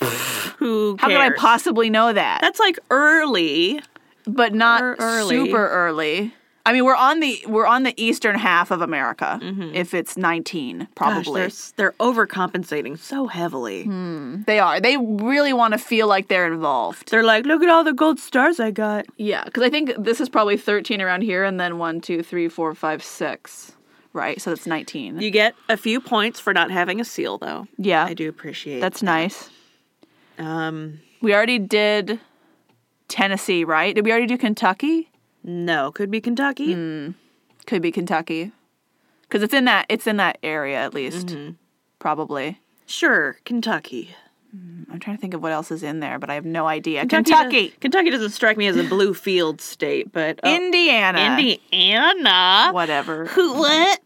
S2: who cares?
S1: How could I possibly know that?
S2: That's like early.
S1: But not
S2: Er- early.
S1: super early. I mean, we're on the we're on the eastern half of America. If it's 19,
S2: Gosh,
S1: probably.
S2: they're, s- Hmm. they're overcompensating so heavily.
S1: they are. They really want to feel like they're involved.
S2: They're like, look at all the gold stars I got.
S1: Yeah, because I think this is probably 13 around here, and then 1, 2, 3, 4, 5, 6. Right, so that's 19.
S2: You get a few points for not having a seal, though.
S1: yeah,
S2: I do appreciate.
S1: that's nice.
S2: um
S1: We already did Tennessee, right? Did we already do Kentucky?
S2: no, could be Kentucky.
S1: Could be Kentucky, because it's in that it's in that area at least, probably.
S2: Sure, Kentucky.
S1: I'm trying to think of what else is in there, but I have no idea.
S2: Kentucky.
S1: Kentucky,
S2: does- Kentucky doesn't strike me as a <laughs> blue field state, but oh,
S1: Indiana,
S2: Indiana.
S1: whatever.
S2: Who- What?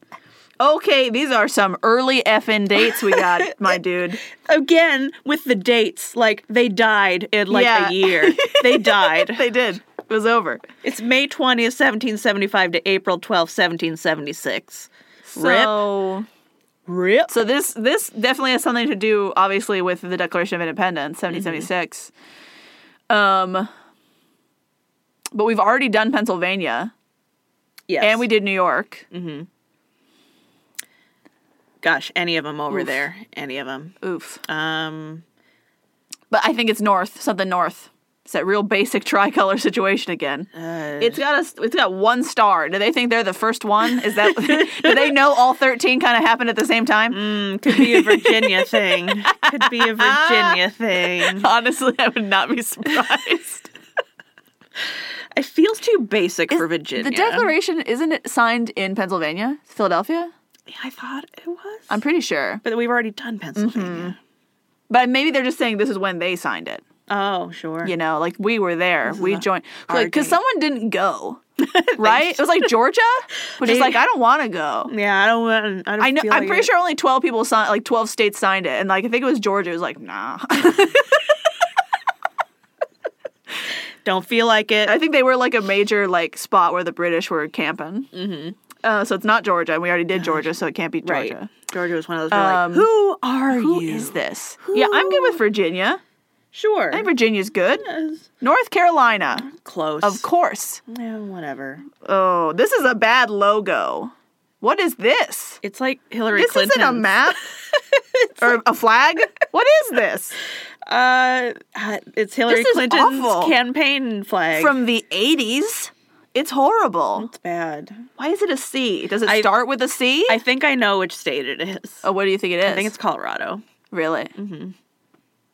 S1: Okay, these are some early effing dates we
S2: <laughs>
S1: got, my dude.
S2: Again, with the dates, like they died in like
S1: Yeah.
S2: a year. <laughs> They died.
S1: They did. It was over.
S2: it's May 20th, 1775 to April 12th, 1776.
S1: So.
S2: Rip.
S1: So this this definitely has something to do, obviously, with the Declaration of
S2: Mm-hmm.
S1: Independence, seventeen seventy six. Um, but we've already done Pennsylvania,
S2: Yes. Mm-hmm.
S1: and we did New York.
S2: Gosh, any of them over
S1: Oof.
S2: there. Any of them.
S1: Oof!
S2: Um,
S1: But I think it's north, something north. It's that real basic <laughs> tricolor situation again.
S2: uh,
S1: It's got a, s- it's got one star. Do they think they're the first one? Is <laughs> that do they know all thirteen kind of happened at the same time?
S2: mm, could be a Virginia thing. Could be
S1: <laughs>
S2: a Virginia thing.
S1: Honestly, I would not <laughs> be surprised.
S2: It feels too basic for Virginia.
S1: the Declaration isn't it signed in Pennsylvania, Philadelphia?
S2: Yeah, I thought it was.
S1: I'm pretty sure.
S2: but we've already done Pennsylvania.
S1: But maybe they're just saying this is when they signed it.
S2: Oh, sure.
S1: You know, like we were there, we joined.
S2: our
S1: Like, because
S2: date.
S1: someone didn't <laughs> go, right? It was <laughs> like Georgia, which is
S2: They-
S1: like, I don't want to go.
S2: Yeah, I don't want. I, don't
S1: Mm. I know.
S2: feel
S1: I'm
S2: like
S1: pretty
S2: it.
S1: sure only 12 people signed, like 12 states signed it. And like, I think it was Georgia. It was like, nah.
S2: Don't feel like it.
S1: I think they were like a major like spot where the British were camping. Mm-hmm. Uh, so it's not Georgia, and we already did Georgia, so it can't be
S2: Right.
S1: Georgia.
S2: Georgia was one of those. Where
S1: Um,
S2: like, who are
S1: Who
S2: you?
S1: is this? Yeah, I'm good with Virginia.
S2: Sure.
S1: I think Virginia's good. North Carolina,
S2: Close.
S1: of course.
S2: Yeah, whatever.
S1: Oh, this is a bad logo. What is this?
S2: It's like Hillary
S1: This
S2: Clinton.
S1: isn't a map
S2: <laughs>
S1: or a flag. What is this?
S2: Uh, it's Hillary
S1: This is
S2: Clinton's
S1: awful.
S2: campaign flag.
S1: From the 80s? It's horrible.
S2: it's bad.
S1: Why is it a C? Does it
S2: Mm. I-
S1: start with a C?
S2: I think I know which state it is.
S1: oh, what do you think it is?
S2: I think it's Colorado.
S1: really. Mm-hmm.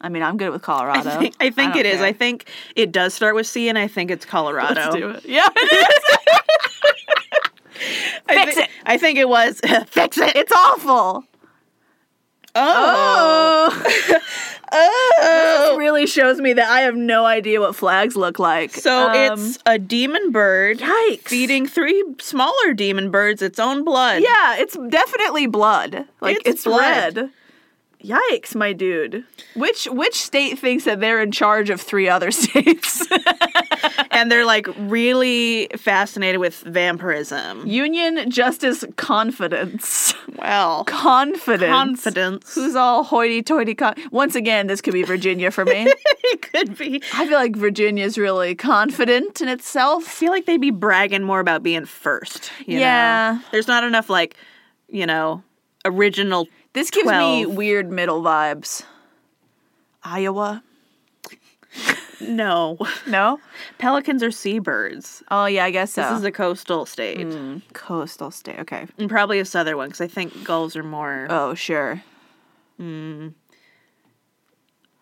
S1: I mean, I'm good with Colorado.
S2: I think, <laughs> I think
S1: don't
S2: it is.
S1: care.
S2: I think it does start with C, and I think it's Colorado.
S1: <laughs> Let's do it. Yeah, it is.
S2: I
S1: Fix
S2: thi-
S1: it.
S2: I think it was. <laughs>
S1: Fix it. It's awful.
S2: oh,
S1: oh.
S2: <laughs>
S1: This really shows me that I have no idea what flags look like.
S2: so
S1: Um,
S2: it's a demon bird
S1: yikes.
S2: feeding three smaller demon birds its own blood.
S1: Yeah, it's definitely blood. Like
S2: It's
S1: it's,
S2: blood.
S1: red. Yikes, my dude. Which which state thinks that they're in charge of three other <laughs> states?
S2: and they're like really fascinated with vampirism.
S1: Union, justice, confidence.
S2: Well,
S1: Confidence.
S2: confidence.
S1: Who's all hoity-toity? Con- Once again, this could be Virginia for me.
S2: <laughs> it could be.
S1: I feel like Virginia's really confident in itself.
S2: feel like they'd be bragging more about being first. you know?
S1: Yeah.
S2: There's not enough, like, you know, original.
S1: This gives me
S2: 12.
S1: weird middle vibes. Iowa?
S2: No.
S1: No?
S2: <laughs> Pelicans are seabirds.
S1: Oh yeah, Hmm. I guess so.
S2: This is a coastal state.
S1: coastal state. Okay.
S2: And probably a southern one, because I think gulls are more.
S1: Oh, sure. You,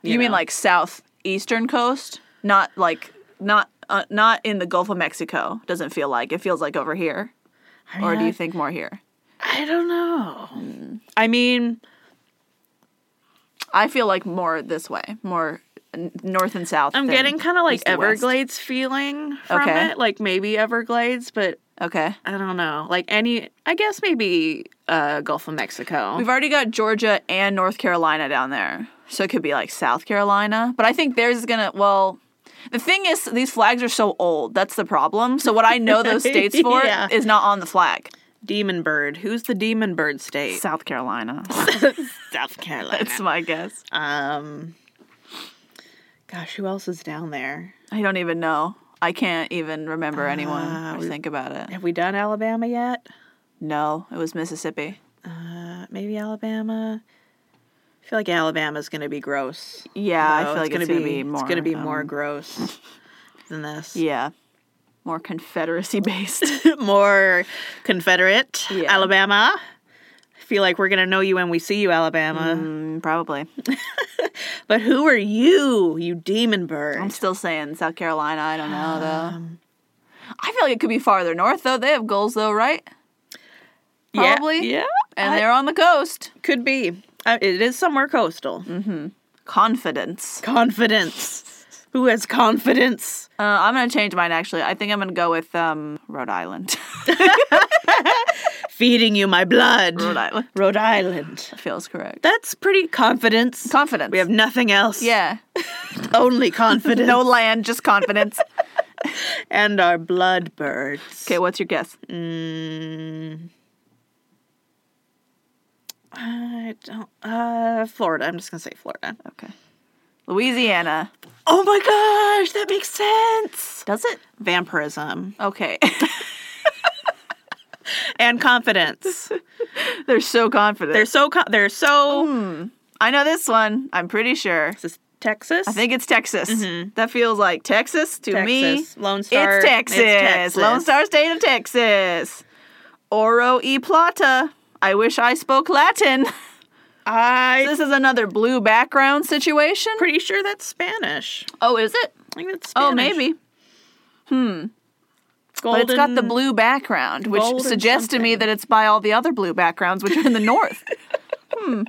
S2: You
S1: mean
S2: know.
S1: like southeastern coast? Not like not uh, not in the Gulf of Mexico. Doesn't feel like it feels like over here. Or do you think more here?
S2: I don't know.
S1: Hmm.
S2: I mean,
S1: I feel like more this way, more n- north and south.
S2: I'm
S1: than
S2: getting kind of like
S1: east and west.
S2: Everglades feeling from
S1: Okay.
S2: it. Like maybe Everglades, but
S1: Okay,
S2: I don't know. Like any, I guess maybe uh, Gulf of Mexico.
S1: we've already got Georgia and North Carolina down there, so it could be like South Carolina. But I think theirs is gonna well. The thing is, these flags are so old. That's the problem. So what I know <laughs> those states for
S2: Yeah.
S1: is not on the flag.
S2: demon bird. Who's the demon bird state?
S1: South Carolina. <laughs>
S2: South Carolina.
S1: That's my guess.
S2: Um, <laughs> gosh, who else is down there?
S1: I don't even know. I can't even remember anyone
S2: Ah,
S1: or think about it.
S2: Have we done Alabama yet?
S1: No, it was Mississippi.
S2: Uh, maybe Alabama. I feel like Alabama's going to be gross.
S1: Yeah, I
S2: though.
S1: feel like it's, gonna, be, more.
S2: It's going to be
S1: um,
S2: more gross
S1: <laughs>
S2: than this.
S1: Yeah, more Confederacy based.
S2: <laughs> more Confederate
S1: Yeah.
S2: Alabama. I feel like we're going to know you when we see you, Alabama.
S1: <laughs> mm, probably.
S2: But who are you, you demon
S1: I'm
S2: bird?
S1: still saying South Carolina. I don't know though.
S2: Um,
S1: I feel like it could be farther north though. They have goals though, right?
S2: Yeah,
S1: Probably.
S2: Yeah.
S1: And
S2: I-
S1: they're on the coast.
S2: Could be. Uh, it is somewhere coastal.
S1: Confidence.
S2: Confidence. Who has confidence?
S1: Uh, I'm gonna change mine actually. I think I'm gonna go with um, Rhode Island. <laughs>
S2: Feeding you my blood.
S1: Rhode Island
S2: Rhode Island.
S1: feels correct.
S2: That's pretty confidence.
S1: Confidence.
S2: we have nothing else. <laughs>
S1: yeah. <laughs>
S2: Only confidence.
S1: No land, just confidence.
S2: <laughs> And our blood Mm. birds.
S1: okay, what's your guess?
S2: I don't. Uh, Florida. I'm just gonna say Florida.
S1: Okay. Louisiana.
S2: Oh my gosh, that makes sense.
S1: Does it?
S2: Vampirism
S1: Okay. <laughs> <laughs>
S2: and confidence.
S1: They're so confident.
S2: they're so. co they're so.
S1: Mm. I know this one. I'm pretty sure.
S2: Is this Texas.
S1: I think it's Texas. That feels like Texas to me.
S2: Mm-hmm. Texas. Lone Star.
S1: It's Texas. Lone Star State of Texas. Oro e plata. I wish I spoke Latin. <laughs>
S2: I'm
S1: This is another blue background situation.
S2: pretty sure that's Spanish.
S1: Oh, is it?
S2: I think that's Spanish.
S1: Oh, maybe.
S2: Golden,
S1: But it's got the blue background, which
S2: golden
S1: suggests to me
S2: something.
S1: that it's by all the other blue backgrounds, which are in the
S2: <laughs>
S1: north.
S2: Um,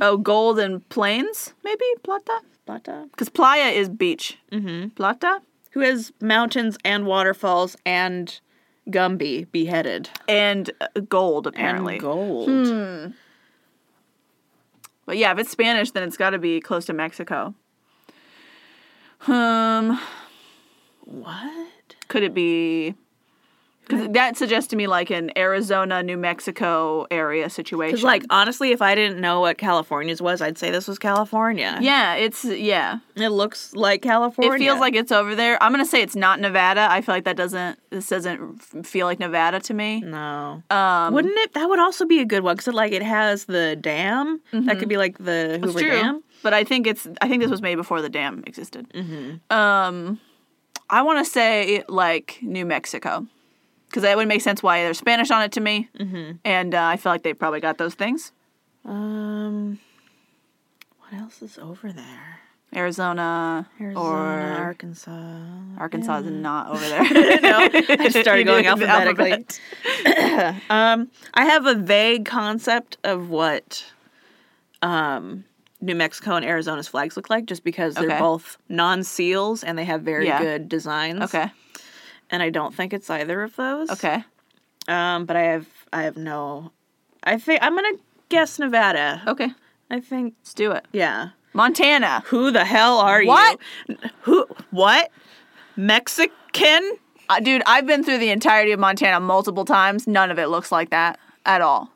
S1: Oh, golden plains, maybe plata,
S2: Plata.
S1: because playa is beach. Mm-hmm. Plata
S2: Who has mountains and waterfalls and Gumby beheaded
S1: and uh, gold apparently.
S2: and gold.
S1: But yeah, if it's Spanish, then it's got to be close to Mexico. Um,
S2: What?
S1: could it be? Because that suggests to me like an Arizona, New Mexico area situation.
S2: Because, like, honestly, if I didn't know what California's was, I'd say this was California.
S1: yeah, it's yeah.
S2: It looks like California.
S1: It feels like it's over there. I'm gonna say it's not Nevada. I feel like that doesn't. This doesn't f- feel like Nevada to
S2: Mm,
S1: me.
S2: No.
S1: Um,
S2: Wouldn't it? That would also be a good one because, like, it has the dam. That could be like the Hoover Dam.
S1: But I think it's. I think this was made before the dam existed.
S2: Mm-hmm.
S1: Um, I want to say like New Mexico, because that would make sense why there's Spanish on it to me, mm-hmm. and uh, I feel like they probably got those things.
S2: Um, what else is over there?
S1: Arizona,
S2: Arizona,
S1: or
S2: Arkansas.
S1: Arkansas is not <laughs> over there.
S2: no, I just started going
S1: The
S2: alphabetically.
S1: alphabet.
S2: um, I have a vague concept of what um, New Mexico and Arizona's flags look like, just because they're
S1: Okay.
S2: both non-seals and they have very
S1: Yeah.
S2: good designs.
S1: Okay.
S2: and I don't think it's either of those.
S1: Okay.
S2: um, but I have I have no. I think I'm gonna guess Nevada.
S1: Okay.
S2: I think
S1: Let's do it.
S2: yeah.
S1: Montana.
S2: Who the hell are
S1: What?
S2: you? Who? What? Mexican?
S1: Uh, dude, I've been through the entirety of Montana multiple times. None of it looks like that at all.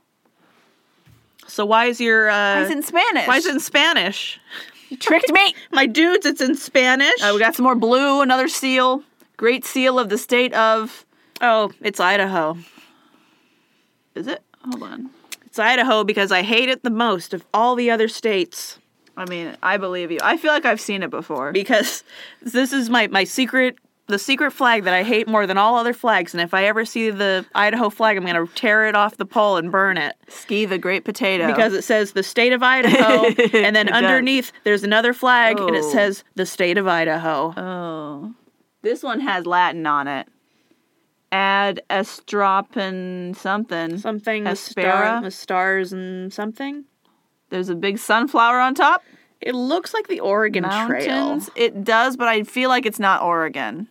S2: So why is your? Uh,
S1: Why is it in Spanish?
S2: why is it in Spanish?
S1: You tricked me?
S2: My dudes, it's in Spanish.
S1: <laughs> Uh, we got some more blue, another seal. Great seal of the state of.
S2: oh, it's Idaho.
S1: Is it? Hold on.
S2: It's Idaho because I hate it the most of all the other states
S1: I mean, I believe you. I feel like I've seen it before.
S2: because <laughs> this is my my secret the secret flag that I hate more than all other flags and if I ever see the Idaho flag I'm going to tear it off the pole and burn it
S1: Ski the great potato.
S2: because it says the state of Idaho and
S1: <laughs>
S2: then
S1: It does.
S2: underneath there's another flag and it
S1: Oh.
S2: says the state of Idaho.
S1: Oh. This one has Latin on it. Ad estropin something.
S2: Something with,
S1: Aspera?
S2: star, with stars and something.
S1: There's a big sunflower on top.
S2: It looks like the Oregon Trail.
S1: Mountains. It does, but I feel like it's not Oregon.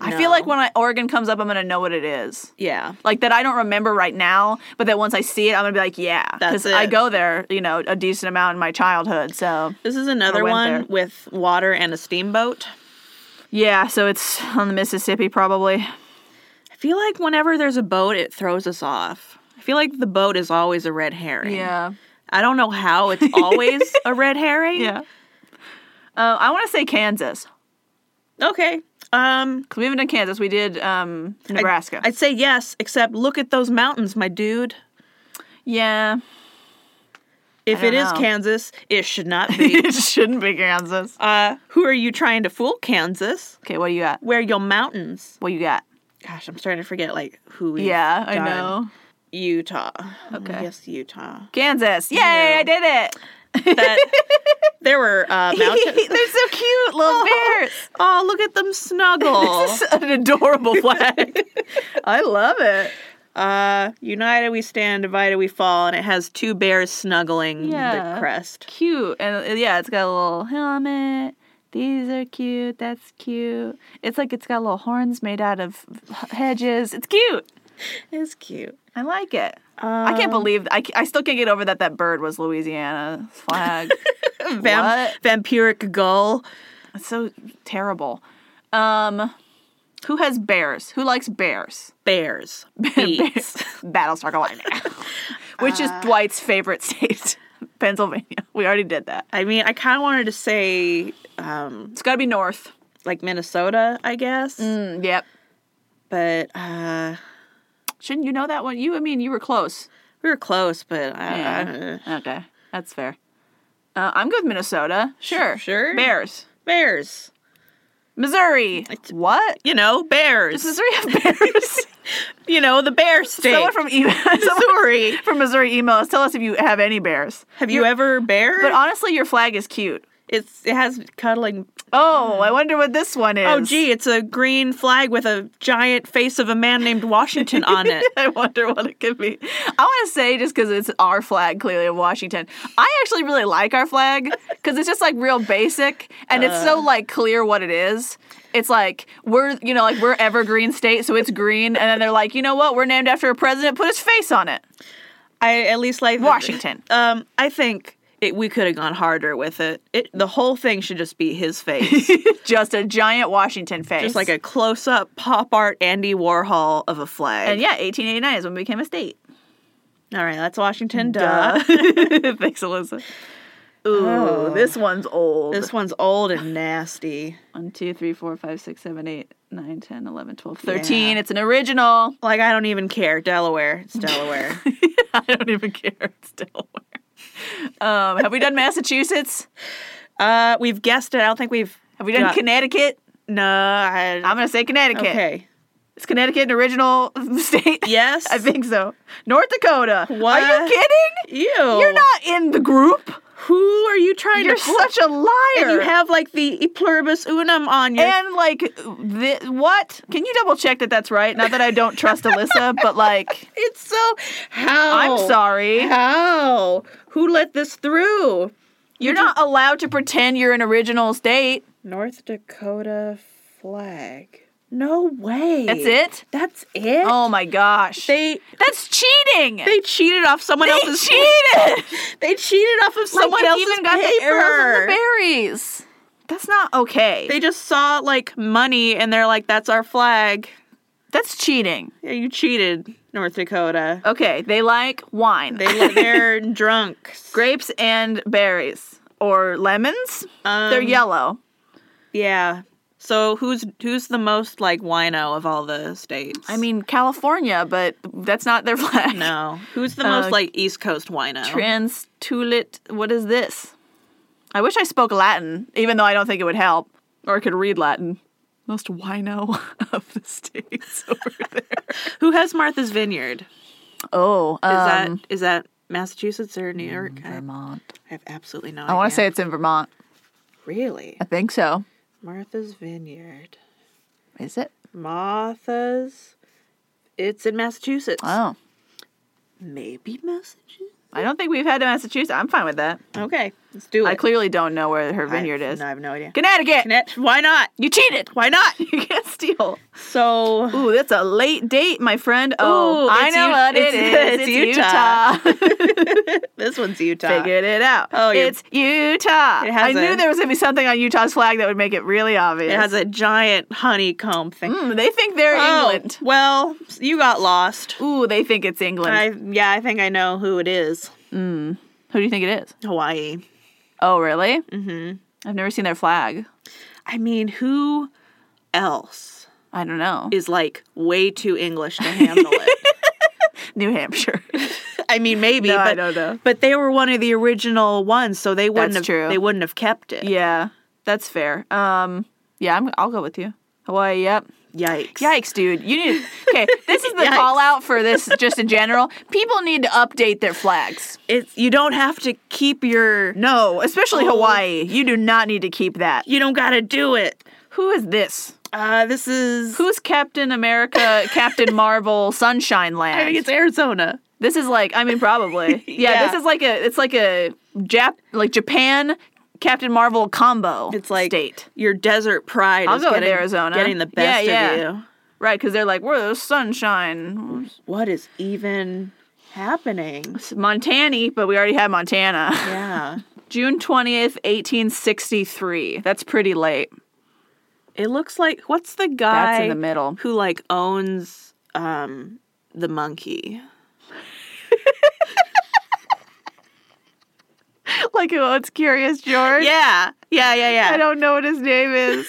S1: I feel
S2: No.
S1: like when I, Oregon comes up, I'm going to know what it is.
S2: Yeah.
S1: Like that I don't remember right now, but that once I see it, I'm going to be like, yeah.
S2: That's
S1: I
S2: it.
S1: go there, you know, a decent amount in my childhood. So,
S2: This is another
S1: went
S2: one
S1: there.
S2: with water and a steamboat.
S1: yeah, so it's on the Mississippi probably.
S2: I feel like whenever there's a boat, it throws us off. I feel like the boat is always a red herring. I don't know
S1: <laughs>
S2: how it's always a red herring.
S1: Yeah. Uh, I want to say Kansas.
S2: Okay. Um,
S1: Because we haven't done Kansas. We did um, Nebraska.
S2: I'd say yes, except look at those mountains, my dude.
S1: yeah.
S2: If it is
S1: know.
S2: Kansas, it should not be.
S1: <laughs> it shouldn't be Kansas.
S2: uh, who are you trying to fool, Kansas?
S1: Okay, what do you got?
S2: Where your mountains?
S1: What you got?
S2: Gosh, I'm starting to forget like who. We've
S1: Yeah, I
S2: done.
S1: know.
S2: Utah.
S1: Okay. <laughs>
S2: Yes, Utah.
S1: Kansas. Yay,
S2: Yeah.
S1: I did it.
S2: That there were
S1: <laughs>
S2: uh, mountains.
S1: They're so cute, little bears.
S2: Oh, look at them snuggle.
S1: This is an <laughs> adorable flag. I love it.
S2: <laughs> Uh, united we stand, divided we fall, and it has two bears snuggling
S1: Yeah.
S2: the crest.
S1: Cute. And uh, yeah, it's got a little helmet. These are cute. That's cute. It's like it's got little horns made out of hedges. It's cute.
S2: It's cute.
S1: I like it. Um, I can't believe I, ca- I still can't get over that that bird was Louisiana's <laughs> flag.
S2: Vam-
S1: What?
S2: vampiric gull.
S1: It's so terrible. Um, who has bears? Who likes bears? <laughs>
S2: Bears. Beats.
S1: Battlestar Galactica, <laughs> which is Dwight's favorite state, <laughs> Pennsylvania. We already did that.
S2: I mean, I kind of wanted to say um,
S1: It's got to be north.
S2: like Minnesota, I guess,
S1: Mm, yep.
S2: but uh,
S1: Shouldn't you know that one? You, I mean, you were close.
S2: we were close. But uh, I,
S1: Yeah.
S2: I-
S1: Okay, that's fair. Uh, I'm good with Minnesota. Sure.
S2: sure.
S1: Bears.
S2: bears.
S1: Missouri. what?
S2: You know, bears.
S1: Does Missouri have bears? <laughs>
S2: you know, the bear state.
S1: Someone from <laughs> email. Someone
S2: Missouri.
S1: from Missouri email us. Tell us if you have any bears.
S2: Have you ever bear?
S1: But honestly, your flag is cute.
S2: it's it has cuddling
S1: Oh, I wonder what this one is.
S2: Oh, gee, it's a green flag with a giant face of a man named Washington on <laughs> it.
S1: <laughs> I wonder what it could be. I want to say just because it's our flag, clearly in Washington. I actually really like our flag because it's just like real basic and it's so like clear what it is. It's like we're you know like we're evergreen state, so it's green, and then they're like, you know what? We're <laughs> named after a president. Put his face on it.
S2: I at least like
S1: Washington.
S2: Um, I think it, we could have gone harder with it. it. The whole thing should just be <laughs> his face.
S1: Just a giant Washington face.
S2: Just like a close up pop art Andy Warhol of a flag.
S1: And yeah, 1889 is when we became a state.
S2: All right, that's Washington. Duh.
S1: Duh. <laughs> Thanks, Alyssa. Uh. Ooh, this one's old.
S2: This one's old and nasty.
S1: One, two, three, four, five, six, seven, eight, nine, 10, 11, 12, 13. It's an original. <laughs>
S2: Like I don't even care. Delaware. It's <laughs> Delaware.
S1: I don't even care. It's Delaware. Um, have we done Massachusetts?
S2: uh, we've guessed it. I don't think we've.
S1: Have we done
S2: got-
S1: Connecticut?
S2: No. I,
S1: I'm going to say Connecticut.
S2: okay.
S1: Is Connecticut an original <laughs> state?
S2: Yes.
S1: I think so. North Dakota.
S2: What?
S1: Are you kidding?
S2: Ew.
S1: You're not in the group.
S2: Who are you trying
S1: You're
S2: to? fl-
S1: such a liar.
S2: and you have like the e pluribus unum on your.
S1: and like, thi- what? Can you double check that that's right? Not that I don't trust Alyssa, but like,
S2: it's so. How?
S1: I'm sorry.
S2: How? Who let this through?
S1: You're not allowed to pretend you're an original state.
S2: North Dakota flag. No way.
S1: That's it?
S2: That's it.
S1: Oh my gosh.
S2: They
S1: That's cheating. They,
S2: they cheated off someone
S1: <laughs>
S2: else's.
S1: cheated.
S2: They cheated off of someone
S1: Someone
S2: else's
S1: even got
S2: paper.
S1: the arrows and the berries. That's not okay.
S2: they just saw like money and they're like, "That's our flag."
S1: That's cheating.
S2: Yeah, you cheated, North Dakota.
S1: Okay, they like wine.
S2: They <laughs> they're drunk.
S1: grapes and berries or lemons.
S2: Um,
S1: They're yellow.
S2: Yeah. So who's who's the most like wino of all the states?
S1: I mean California, but that's not their <laughs> flag.
S2: no. Who's the
S1: uh,
S2: most like East Coast wino?
S1: Oh. Trans tulit. What is this? I wish I spoke Latin, even though I don't think it would help, or I could read Latin. Most wino <laughs> of the states <laughs> over there.
S2: Who has Martha's Vineyard? Is
S1: Oh, um,
S2: that is that Massachusetts or New York? Mm, I,
S1: Vermont?
S2: I have absolutely no
S1: I
S2: idea.
S1: want to say it's in Vermont.
S2: really
S1: I think so.
S2: Martha's Vineyard.
S1: Is it?
S2: Martha's. It's in Massachusetts.
S1: Oh,
S2: Maybe Massachusetts.
S1: I don't think we've had to Massachusetts. I'm fine with that.
S2: Okay, let's do it.
S1: I clearly don't know where her
S2: I have-
S1: vineyard is.
S2: No, I have no idea.
S1: Connecticut.
S2: Connect- Why not?
S1: you cheated.
S2: Why
S1: <laughs>
S2: not?
S1: you can't steal.
S2: So
S1: Ooh, that's a late date, my friend. Oh,
S2: Ooh,
S1: I
S2: it's
S1: know
S2: U-
S1: what it
S2: it's-
S1: is. <laughs> It's,
S2: it's
S1: Utah.
S2: Utah. this one's Utah.
S1: Figured it out.
S2: Oh, you're-
S1: it's Utah.
S2: It has
S1: I knew
S2: a-
S1: there was gonna be something on Utah's flag that would make it really obvious.
S2: It has a giant honeycomb thing.
S1: Mm, they think they're
S2: Oh,
S1: England.
S2: Well, you got lost.
S1: Ooh, they think it's England.
S2: I yeah, I think I know who it is.
S1: Who do you think it is?
S2: Hawaii.
S1: Oh, really? Mm-hmm. I've never seen their flag.
S2: I mean, who else
S1: I don't know.
S2: is like way too English to handle it?
S1: New Hampshire.
S2: <laughs> I mean, maybe,
S1: No,
S2: but
S1: I don't know.
S2: but they were one of the original ones, so they wouldn't
S1: That's
S2: have
S1: true.
S2: they wouldn't have kept it.
S1: yeah, that's fair. Um, yeah, I'm, I'll go with you. Hawaii. Yep.
S2: Yikes!
S1: Yikes, dude. You need <laughs> Okay, this is the
S2: Yikes.
S1: call out for this just in general. People need to update their flags.
S2: It's you don't have to keep your.
S1: No, especially
S2: Oh.
S1: Hawaii. You do not need to keep that.
S2: You don't gotta do it.
S1: Who is this?
S2: Uh, this is.
S1: Who's Captain America, Captain Marvel, <laughs> Sunshine Land?
S2: I think it's Arizona.
S1: this is like I mean <laughs> probably. Yeah,
S2: Yeah.
S1: this is like a it's like a Jap like Japan Captain Marvel combo.
S2: It's like
S1: state.
S2: your desert pride.
S1: I'll
S2: is
S1: go with
S2: getting,
S1: Arizona.
S2: Getting the best
S1: Yeah, yeah.
S2: of you.
S1: Right, cuz they're like we're the sunshine.
S2: What is even happening?
S1: Montani, but we already had Montana. <laughs>
S2: Yeah,
S1: June 20th, 1863. That's pretty late.
S2: it looks like what's the guy
S1: That's in the middle.
S2: who like owns um the monkey?
S1: <laughs> Like, oh, it's Curious George.
S2: Yeah, yeah, yeah, yeah.
S1: I don't know what his name <laughs> is.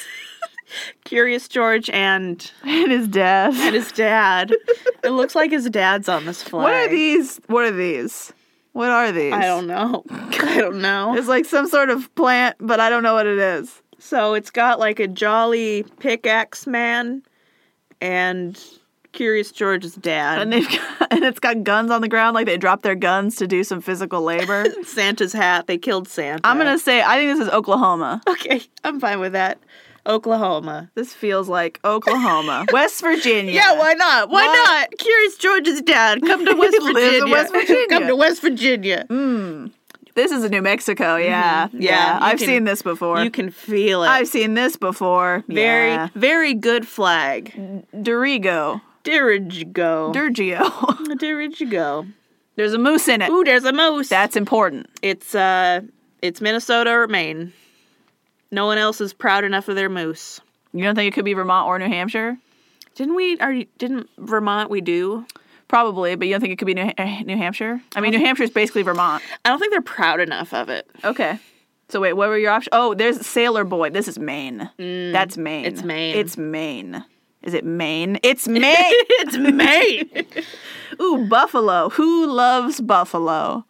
S2: Curious George and
S1: and his death.
S2: and
S1: <laughs>
S2: his dad. it looks like his dad's on this flag.
S1: What are these? What are these? What are these?
S2: I don't know. <laughs> I don't know.
S1: <laughs> It's like some sort of plant, but I don't know what it is.
S2: So it's got like a jolly pickaxe man and Curious George's dad.
S1: And they've got, <laughs> and it's got guns on the ground, like they dropped their guns to do some physical
S2: <laughs>
S1: labor.
S2: Santa's hat. They killed Santa.
S1: I'm gonna say I think this is Oklahoma.
S2: Okay, I'm fine with that. Oklahoma.
S1: This feels like
S2: <laughs>
S1: Oklahoma, West Virginia.
S2: Yeah, why not? Why
S1: What?
S2: not? Curious George's dad. Come <laughs> to West
S1: He lives in
S2: Virginia. Mm.
S1: West Virginia.
S2: Come to West Virginia.
S1: This is New Mexico. Yeah,
S2: Mm-hmm. Yeah, you
S1: I've
S2: can-
S1: seen this before.
S2: You can feel it.
S1: I've seen this before.
S2: very,
S1: Yeah.
S2: very good flag.
S1: Dorigo.
S2: Dirigo.
S1: Durgio. <laughs>
S2: Dirigo.
S1: There's a moose in it.
S2: Ooh, there's a moose.
S1: That's important.
S2: it's uh, it's Minnesota or Maine. No one else is proud enough of their moose.
S1: You don't think it could be Vermont or New Hampshire?
S2: Didn't we? Already, didn't Vermont? We do.
S1: Probably, but you don't think it could be New, eh, New Hampshire? I
S2: Uh-huh.
S1: mean, New Hampshire is basically Vermont.
S2: I don't think they're proud enough of it.
S1: Okay. So wait, what were your options? Oh, there's Sailor Boy. This is Maine. That's Maine.
S2: Mm, It's Maine.
S1: It's Maine. Is it Maine? It's
S2: <laughs>
S1: Maine.
S2: it's <laughs> Maine.
S1: Ooh, Buffalo. Who loves Buffalo?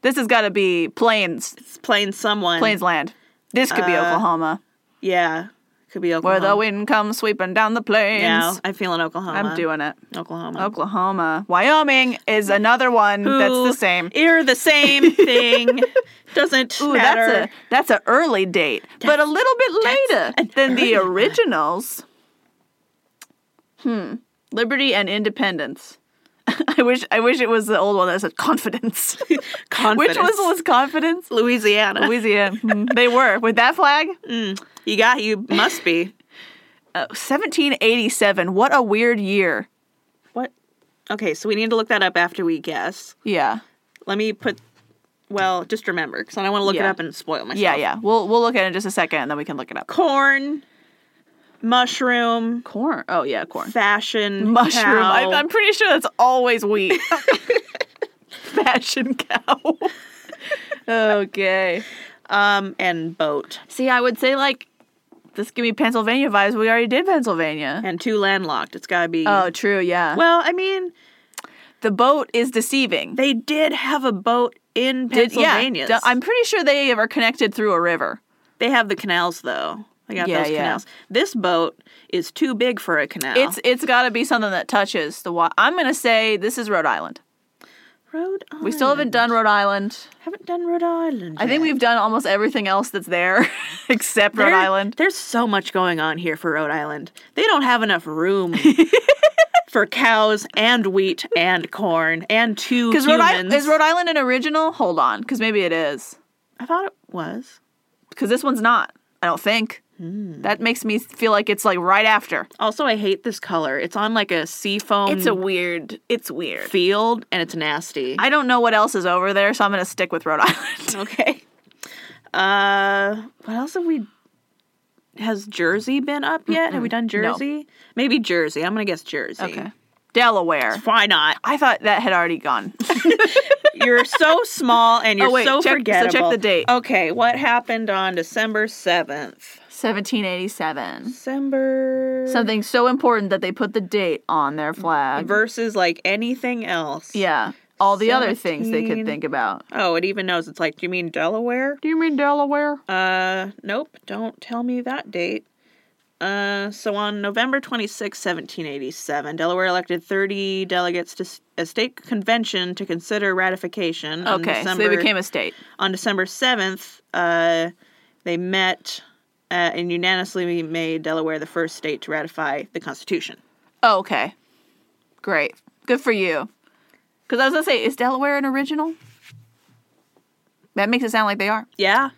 S1: This has got to be Plains,
S2: it's playing someone.
S1: Plainsland. This could be Oklahoma,
S2: Yeah, could be
S1: where
S2: Oklahoma.
S1: the wind comes sweeping down the plains.
S2: Yeah, I'm feeling Oklahoma.
S1: I'm doing it.
S2: Oklahoma.
S1: Oklahoma. Wyoming is another one that's
S2: Ooh,
S1: the same.
S2: You're
S1: <laughs>
S2: the same thing. Doesn't
S1: Ooh,
S2: matter.
S1: that's a that's an early date, but a little bit later than the originals. Hmm. Liberty and independence. <laughs> I wish I wish it was the old one that said <laughs> confidence. Which
S2: Confidence.
S1: was was confidence?
S2: Louisiana.
S1: Louisiana. Hmm, they were with that flag.
S2: you got. You must be.
S1: Uh, 1787. What a weird year.
S2: what? Okay, so we need to look that up after we guess.
S1: Yeah.
S2: Let me put. Well, just remember, because I don't want to look it
S1: Yeah.
S2: up and spoil myself.
S1: Yeah, yeah. We'll we'll look at it in just a second and then we can look it up.
S2: Corn, mushroom,
S1: Corn. Oh yeah, corn.
S2: fashion,
S1: mushroom.
S2: cow.
S1: I, I'm pretty sure that's always <laughs> wheat. Fashion cow. okay.
S2: um, and boat,
S1: See, I would say like this give me Pennsylvania vibes. We already did Pennsylvania.
S2: and two landlocked. It's gotta be.
S1: Oh, true. Yeah.
S2: well, I mean,
S1: the boat is deceiving.
S2: they did have a boat in
S1: Did-
S2: Pennsylvania.
S1: Yeah, I'm pretty sure they are connected through a river.
S2: They have the canals though. They got
S1: Yeah,
S2: those
S1: yeah.
S2: canals. This boat is too big for a canal.
S1: It's it's got to be something that touches the water. I'm gonna say this is Rhode Island.
S2: Rhode Island.
S1: We still haven't done Rhode Island.
S2: haven't done Rhode Island.
S1: I think
S2: yet.
S1: we've done almost everything else that's there <laughs> except Rhode
S2: There-
S1: Island.
S2: There's so much going on here for Rhode Island. They don't have
S1: <laughs>
S2: enough room for cows and wheat and corn and two humans.
S1: Because Rhode Island is Rhode Island an original? Hold on, because maybe it is.
S2: I thought it was.
S1: Because this one's not. I don't think. That makes me feel like it's like right after.
S2: Also, I hate this color. It's on like a seafoam
S1: It's a weird. It's weird.
S2: field and it's nasty.
S1: I don't know what else is over there, so I'm gonna stick with Rhode <laughs> Island.
S2: okay. Uh, what else have we? Has Jersey been up yet? Have we done Jersey? Maybe Jersey. I'm gonna guess Jersey.
S1: okay. Delaware.
S2: Why not?
S1: I thought that had already <laughs> gone. <laughs>
S2: You're so small and you're
S1: Oh, wait,
S2: so
S1: check- so check the
S2: forgettable.
S1: date.
S2: Okay, what happened on December seventh?
S1: 1787.
S2: December
S1: Something so important that they put the date on their flag.
S2: versus like anything else.
S1: yeah. All the other things they could
S2: 17.
S1: think about.
S2: Oh, it even knows. It's like, do you mean Delaware?
S1: Do you mean Delaware?
S2: Uh, nope. Don't tell me that date. Uh, so on November 26, 1787, Delaware elected 30 delegates to s- a state convention to consider ratification. on
S1: Okay, so
S2: December,
S1: they became a state.
S2: on December 7th, uh, they met uh, and unanimously made Delaware the first state to ratify the Constitution.
S1: Oh, okay. Great. Good for you. Because I was going to say, is Delaware an original? That makes it sound like they are.
S2: Yeah.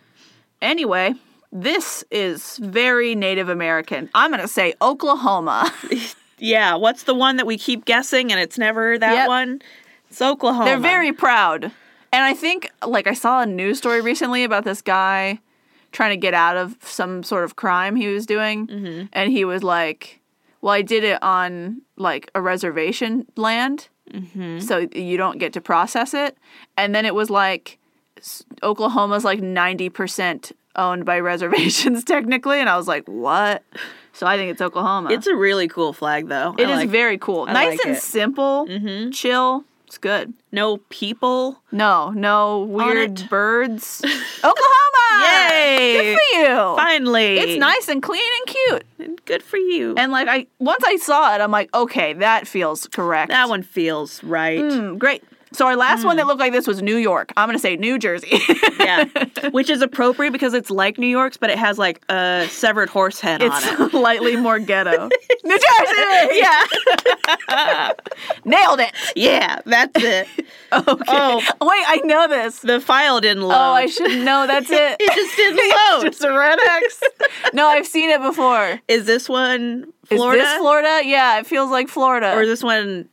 S1: Anyway, this is very Native American. I'm going to say Oklahoma. <laughs>
S2: Yeah. What's the one that we keep guessing and it's never that
S1: Yep.
S2: one? It's Oklahoma.
S1: They're very proud. And I think, like, I saw a news story recently about this guy trying to get out of some sort of crime he was doing. And he was like, Well, I did it on, like, a reservation land. So you don't get to process it. And then it was like, s- Oklahoma's like 90% owned by <laughs> reservations, technically. And I was like, What? So I think it's Oklahoma.
S2: It's a really cool flag, though.
S1: It is
S2: like-
S1: very cool. nice
S2: like
S1: and
S2: it.
S1: simple, chill. It's good.
S2: no people.
S1: No, no weird
S2: it. <laughs>
S1: birds. Oklahoma!
S2: Yay!
S1: Good for you.
S2: Finally,
S1: It's nice and clean and cute.
S2: Good for you.
S1: And like I once I saw it, I'm like, okay, that feels correct.
S2: that one Hmm. feels right.
S1: Mm, great. So our last one that looked like this was New York. I'm gonna say New Jersey. <laughs>
S2: Yeah, which is appropriate because it's like New York's, but it has like a severed horse head on
S1: <laughs>
S2: it.
S1: it's slightly more
S2: <laughs>
S1: ghetto. New Jersey!
S2: Yeah,
S1: <laughs> Nailed it.
S2: yeah, that's <laughs> it.
S1: Okay.
S2: Oh.
S1: Wait, I know this.
S2: The file didn't load.
S1: Oh, I should know. That's it.
S2: <laughs> It just didn't
S1: <laughs>
S2: load.
S1: It's a red X. No, I've seen it before.
S2: <laughs> Is this one
S1: Is
S2: Florida?
S1: this Florida? Yeah, it feels like Florida.
S2: or is this one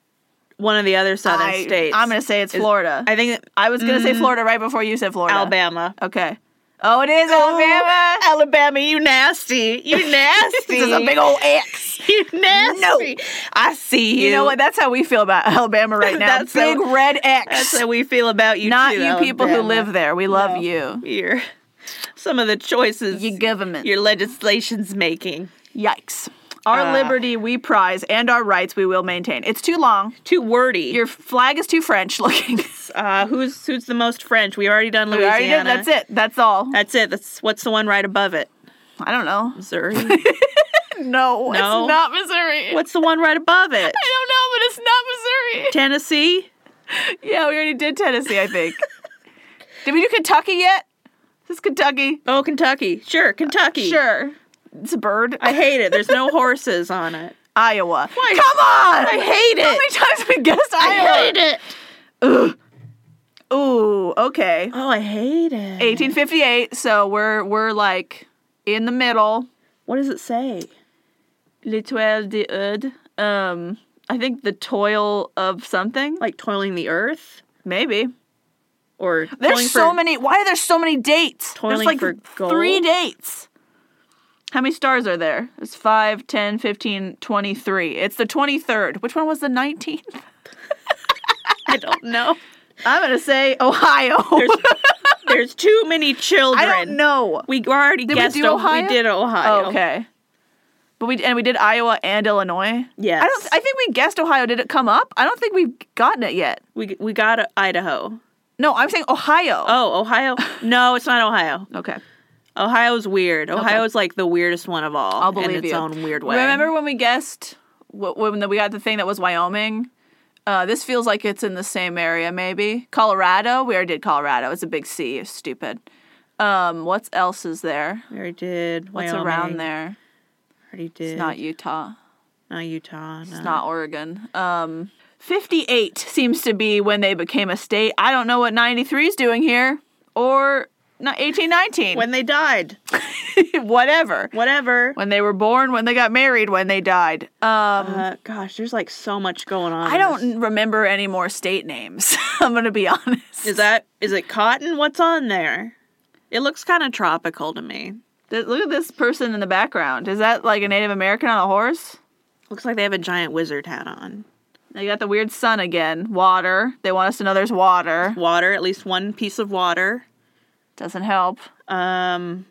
S2: one of the other southern
S1: I,
S2: states.
S1: I'm going to say it's
S2: is-
S1: Florida.
S2: I think
S1: I was going to say Florida right before you said Florida.
S2: Alabama.
S1: Okay. Oh, it is
S2: Alabama,
S1: Alabama.
S2: Alabama, you nasty, you nasty.
S1: <laughs> This is a big old X.
S2: you nasty. I see you.
S1: You know what? That's how we feel about <laughs> Alabama
S2: <laughs>
S1: right now.
S2: That's
S1: big
S2: how-
S1: red X.
S2: That's how we feel about you.
S1: Not
S2: too,
S1: you people who
S2: Alabama.
S1: live there. We love
S2: No.
S1: you.
S2: Your some of the choices
S1: Your government.
S2: your legislation's making.
S1: Yikes. Our
S2: Uh.
S1: liberty we prize and our rights we will maintain. It's too long.
S2: Too wordy.
S1: Your flag is too French <laughs> looking.
S2: uh, who's who's the most French? We've already done
S1: We
S2: Louisiana.
S1: already did. That's it. That's all.
S2: That's it. That's what's the one right above it?
S1: I don't know.
S2: <laughs> Missouri.
S1: No, it's
S2: No.
S1: not Missouri.
S2: what's the one right above it?
S1: I don't know, but it's
S2: Tennessee.
S1: not Missouri. Yeah, we already did Tennessee, I think. did we do Kentucky yet? Is this Kentucky?
S2: Oh, Kentucky. Sure, Kentucky.
S1: Sure. It's a bird.
S2: I hate it. There's no horses on it.
S1: Iowa.
S2: Why-
S1: Come on!
S2: I hate
S1: How
S2: it.
S1: many times have we guessed Iowa?
S2: Oh, it.
S1: Ooh, okay.
S2: Oh, I hate it.
S1: 1858, so we're we're like in the middle.
S2: What does it say?
S1: L'étoile de Oud. Um I think the toil of something.
S2: Like toiling the earth
S1: Maybe.
S2: or toiling
S1: There's so
S2: for-
S1: many why are there so many dates? There's
S2: Toiling
S1: like
S2: for
S1: three
S2: gold?
S1: dates. How many stars are there? It's 5, 10, 15, 23. It's the 23rd. Which one was the 19th?
S2: I don't know.
S1: I'm going to say Ohio.
S2: There's too many children.
S1: I don't know.
S2: We already
S1: Did we
S2: guessed
S1: do
S2: O-
S1: Ohio?
S2: We did Ohio.
S1: Oh, Okay. But we and we did Iowa and Illinois.
S2: Yes.
S1: I don't. I think we guessed Ohio. Did it come up? I don't think we've gotten it yet.
S2: We we got uh, Idaho.
S1: No, I'm saying Ohio.
S2: Oh,
S1: <laughs>
S2: Ohio? No, it's not Ohio.
S1: okay.
S2: Ohio's weird. Ohio's like the weirdest one of all.
S1: I'll believe
S2: in its
S1: you.
S2: own weird way.
S1: Remember when we guessed wh- when the, we got the thing that was Wyoming? Uh, this feels like it's in the same area, maybe Colorado. We already did Colorado. It's a big C. You're stupid. Um, what else is there?
S2: We already did.
S1: What's
S2: Wyoming.
S1: around there?
S2: Already did.
S1: It's not Utah.
S2: Not Utah. No.
S1: It's not Oregon. Um, 58 seems to be when they became a state. I don't know what 93 is doing here or not 1819.
S2: When they died.
S1: <laughs> Whatever.
S2: Whatever.
S1: When they were born, when they got married, when they died. Um,
S2: Uh, gosh, there's like so much going on.
S1: I
S2: in
S1: don't
S2: this.
S1: n- remember any more state names. <laughs> I'm going to be honest.
S2: Is that is it cotton? What's on there? It looks kind of tropical to me.
S1: Th- Look at this person in the background. Is that like a Native American on a horse?
S2: Looks like they have a giant wizard hat on.
S1: They got the weird sun again. Water. They want us to know there's water.
S2: Water, at least one piece of water.
S1: Doesn't help.
S2: Um,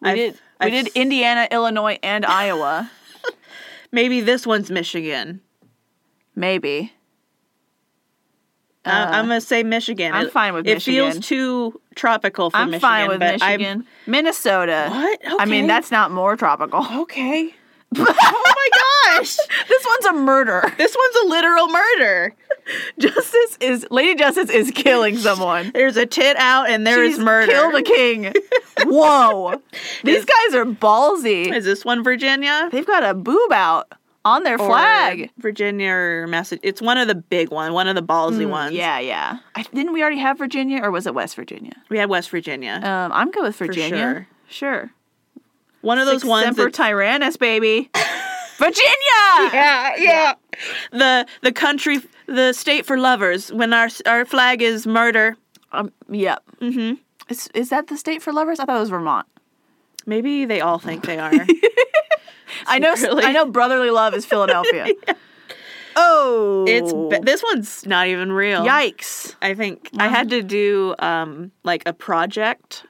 S1: We
S2: I've-
S1: did, we
S2: I've
S1: did
S2: s-
S1: Indiana, Illinois, <laughs> and Iowa.
S2: Maybe this one's Michigan.
S1: Maybe.
S2: I- Uh, I'm gonna say Michigan.
S1: Uh, I'm
S2: It-
S1: fine with
S2: it
S1: Michigan.
S2: feels too tropical for
S1: I'm
S2: Michigan.
S1: fine with
S2: but I'm-
S1: Michigan. Minnesota.
S2: What?
S1: I mean,
S2: Okay.
S1: that's not more <laughs> tropical.
S2: okay. oh my gosh!
S1: This one's a murder.
S2: <laughs>
S1: <laughs>
S2: This one's a literal murder.
S1: Justice is Lady Justice is <laughs> killing someone.
S2: There's a tit out, and there is
S1: She's
S2: murder.
S1: Killed a
S2: <laughs>
S1: king. Whoa. These guys are ballsy.
S2: is this one Virginia?
S1: They've got a boob out on their
S2: Or
S1: flag.
S2: Virginia or Massachusetts. It's one of the big one, one of the ballsy ones.
S1: Mm, Yeah, yeah. I, didn't we already have Virginia or was it West Virginia?
S2: We had West Virginia.
S1: Um, I'm good with Virginia.
S2: sure.
S1: Sure.
S2: one of those
S1: Six
S2: ones.
S1: Semper
S2: that-
S1: Tyrannis,
S2: <laughs>
S1: baby. Virginia.
S2: yeah, yeah. The the country, the state for lovers. When our our flag is murder.
S1: Um, yep. Mm-hmm. Is, is that the state for lovers? I thought it was Vermont.
S2: Maybe they all think they
S1: <laughs>
S2: are.
S1: I know.
S2: Secretly.
S1: I know. Brotherly love is
S2: <laughs>
S1: Philadelphia. Oh,
S2: it's ba- this one's not even real.
S1: yikes.
S2: I think I had to do um like a project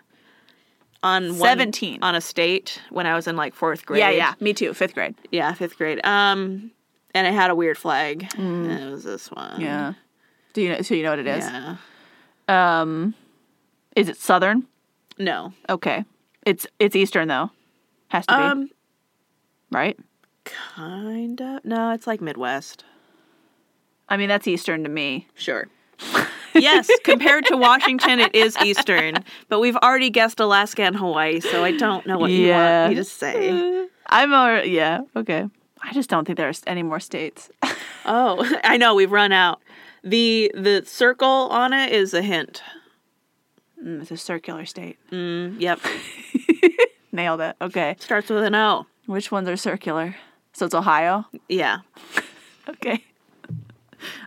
S2: on one-
S1: 17.
S2: on a state when I was in like fourth grade.
S1: Yeah, yeah. Me too. Fifth grade.
S2: yeah, fifth grade. Um, and it had a weird flag. And it was this one.
S1: Yeah. Do you know? So you know what it is?
S2: Mm. Yeah.
S1: Um, is it Southern?
S2: No.
S1: Okay. It's it's Eastern though. Has to be
S2: Um,
S1: right.
S2: kind of. No, it's like Midwest.
S1: I mean that's Eastern to me.
S2: <laughs> Sure. yes, compared to Washington, it is Eastern, but we've already guessed Alaska and Hawaii, so I don't know what you want me to
S1: Yes.
S2: say.
S1: I'm all yeah. Okay. I just don't think there's any more states. <laughs>
S2: Oh, <laughs> I know we've run out. the The circle on it is a hint. Mm,
S1: Mm, it's a circular state. <laughs>
S2: Yep,
S1: Nailed it. Okay.
S2: starts with an O.
S1: Which ones are circular? So it's Ohio.
S2: Yeah,
S1: Okay. <laughs>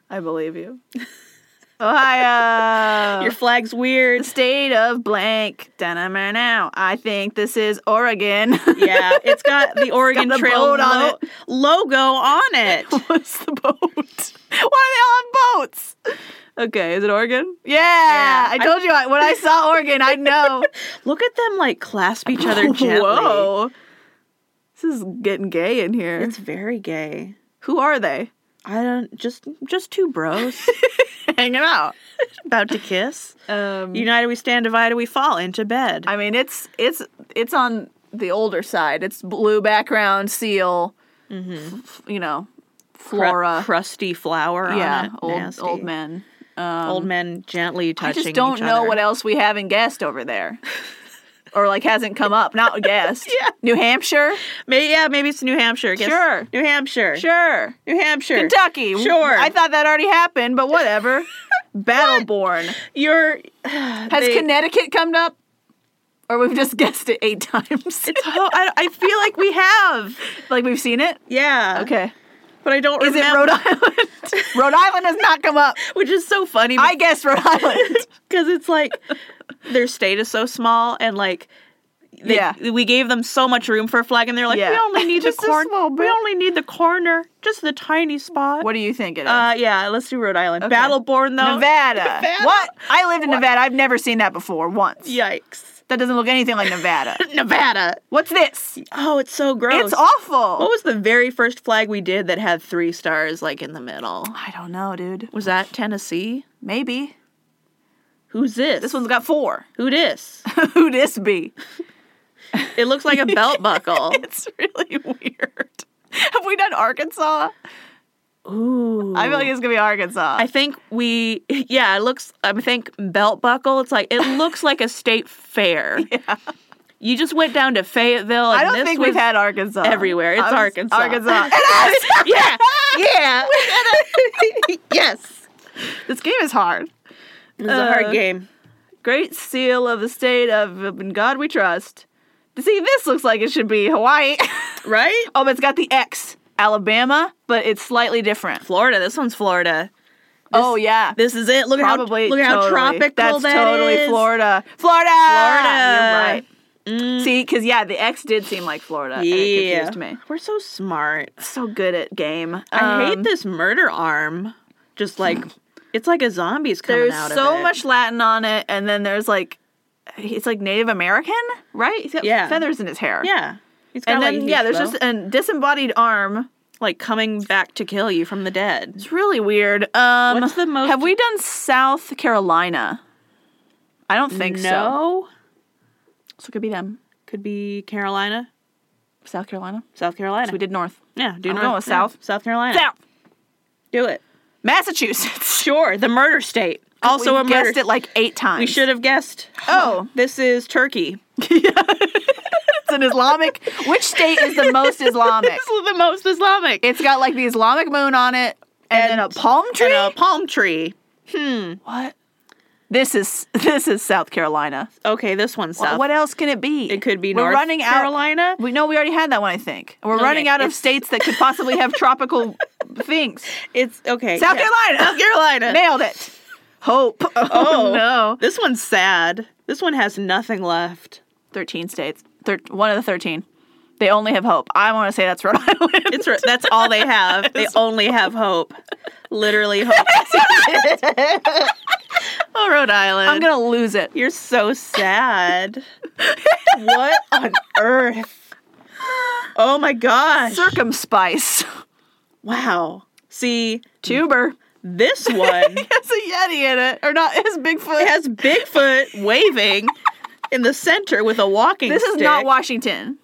S1: I believe you. <laughs>
S2: <laughs>
S1: Ohio.
S2: Your
S1: <laughs>
S2: flag's weird.
S1: State of blank. Dunammer now. I think this is Oregon. <laughs>
S2: Yeah, it's got the Oregon
S1: the
S2: Trail
S1: boat on
S2: lo- logo on
S1: <laughs>
S2: it.
S1: What's the boat? <laughs> Why do they all have boats? Okay, is it Oregon? Yeah,
S2: Yeah,
S1: I
S2: I-
S1: told you I, when I
S2: <laughs>
S1: saw Oregon, I know.
S2: Look at them like clasp each other gently.
S1: <laughs> Whoa, this is getting gay in here.
S2: It's very gay.
S1: Who are they? <laughs>
S2: I don't just just two bros
S1: Hanging out.
S2: about to kiss.
S1: Um,
S2: United we stand, divided we fall into bed.
S1: I mean, it's it's it's on the older side. It's blue background seal. f- you know,
S2: Cru-
S1: flora.
S2: crusty flower. Mm-hmm. on
S1: yeah,
S2: it.
S1: old
S2: Nasty.
S1: old men.
S2: old men gently
S1: I
S2: touching.
S1: just don't
S2: each
S1: know
S2: other.
S1: what else we haven't guessed over there. or like hasn't come up. Not guessed.
S2: <laughs> Yeah.
S1: New Hampshire?
S2: Maybe, yeah, maybe it's New Hampshire. I guess.
S1: Sure.
S2: New Hampshire.
S1: Sure.
S2: New Hampshire.
S1: Kentucky.
S2: Sure.
S1: I thought that already happened, but
S2: <laughs>
S1: whatever. Battleborn.
S2: You're.
S1: Has
S2: They-
S1: Connecticut come up? Or we've just <laughs> guessed it eight <laughs> times.
S2: It's. ho- I, I feel like we have.
S1: like we've seen it?
S2: Yeah.
S1: Okay.
S2: But I don't
S1: Is
S2: remember.
S1: it Rhode
S2: <laughs>
S1: Island? Rhode Island has not come up.
S2: Which is so funny.
S1: I guess Rhode
S2: <laughs>
S1: Island.
S2: because it's like their state is so small and like they,
S1: Yeah.
S2: we gave them so much room for a flag and they're like
S1: Yeah.
S2: we
S1: <laughs>
S2: only need the
S1: Just a small
S2: corner we
S1: bit.
S2: only need the corner just the tiny spot
S1: What do you think it is?
S2: uh yeah let's do Rhode Island Battleborn though
S1: Nevada.
S2: Nevada.
S1: What? I lived in Nevada. I've never seen that before once.
S2: yikes
S1: That doesn't look anything like Nevada.
S2: Nevada
S1: What's this?
S2: oh it's so gross
S1: It's awful.
S2: what was the very first flag we did that had three stars like in the middle
S1: I don't know, dude. <sighs>
S2: was that Tennessee
S1: Maybe.
S2: who's this
S1: This one's got four. <laughs>
S2: who this
S1: Who this be?
S2: it looks like
S1: <laughs>
S2: a belt buckle
S1: It's really weird. Have we done Arkansas?
S2: ooh
S1: I feel like it's gonna be Arkansas.
S2: I think we, <laughs> yeah, it looks, I think belt buckle, it's like, it looks like a
S1: <laughs>
S2: state fair. yeah. You just went down to Fayetteville and
S1: I don't
S2: this
S1: think
S2: was
S1: we've had Arkansas
S2: everywhere. It's
S1: I was- <laughs>
S2: Arkansas.
S1: Arkansas.
S2: <laughs>
S1: <laughs>
S2: yeah. Yeah. <laughs> yes. Uh,
S1: this game is hard.
S2: It's
S1: a hard
S2: game.
S1: Great seal of the state of in God we trust. See, this looks like it should be Hawaii.
S2: Right?
S1: <laughs> oh, but it's got the X. Alabama, but it's slightly different.
S2: Florida. This one's Florida.
S1: oh yeah.
S2: This is it. Look at
S1: Probably.
S2: how, look at how
S1: totally.
S2: tropical
S1: That's
S2: that
S1: totally
S2: is.
S1: Florida. Florida. Mm.
S2: Florida.
S1: You're right. See, because yeah, the X did seem like Florida. And it
S2: Yeah.
S1: confused me.
S2: We're so smart.
S1: So good at game.
S2: I
S1: Um,
S2: hate this murder arm. Just like, it's like a zombie's coming
S1: There's
S2: out of
S1: so
S2: it.
S1: much Latin on it, and then there's like, it's like Native American, right? He's got
S2: Yeah.
S1: feathers in his hair.
S2: Yeah. It's
S1: And
S2: got,
S1: then
S2: like,
S1: yeah,
S2: these
S1: there's
S2: bow-
S1: just a disembodied arm.
S2: like coming back to kill you from the dead.
S1: It's really weird. Um,
S2: What's the most-
S1: Have we done South Carolina? I don't think so.
S2: No,
S1: So it could be them.
S2: could be Carolina,
S1: South Carolina.
S2: South Carolina.
S1: So we did North.
S2: yeah, do
S1: I'm
S2: North-
S1: going with
S2: yeah,
S1: South.
S2: South Carolina.
S1: South.
S2: Do it.
S1: <laughs> Massachusetts.
S2: Sure, the murder state. Also
S1: we
S2: a murder.
S1: guessed it like eight times.
S2: we should have guessed.
S1: Oh.
S2: this is Turkey.
S1: It's an Islamic. <laughs> Which state is the most Islamic?
S2: This is the most Islamic.
S1: It's got like the Islamic moon on it, and, then
S2: And-
S1: a palm tree.
S2: and a palm tree.
S1: what? This is this is South Carolina.
S2: Okay, this one's South.
S1: What else can it be?
S2: It could be
S1: We're
S2: North
S1: running
S2: Carolina.
S1: Out, we know we already had that one. I think we're
S2: Okay,
S1: running out of
S2: it's-
S1: states that could possibly have <laughs> tropical things.
S2: It's okay.
S1: South
S2: yeah.
S1: Carolina.
S2: South Carolina.
S1: Nailed it. Hope. <laughs> Oh,
S2: Oh.
S1: no.
S2: This one's sad. This one has nothing left.
S1: Thirteen states. Thir- one of the thirteen. They only have hope. I want to say that's Rhode <laughs> Island.
S2: It's r- that's all they
S1: <laughs>
S2: have. They only have hope. Literally hope. oh, Rhode Island.
S1: I'm gonna lose it.
S2: You're so sad. what on earth? Oh my
S1: <laughs>
S2: gosh.
S1: Circumspice.
S2: Wow. See,
S1: Tuber.
S2: this
S1: <laughs>
S2: one
S1: It's a yeti in it, or not? It's Bigfoot.
S2: it has Bigfoot waving in the center with a walking
S1: this is
S2: stick.
S1: not Washington,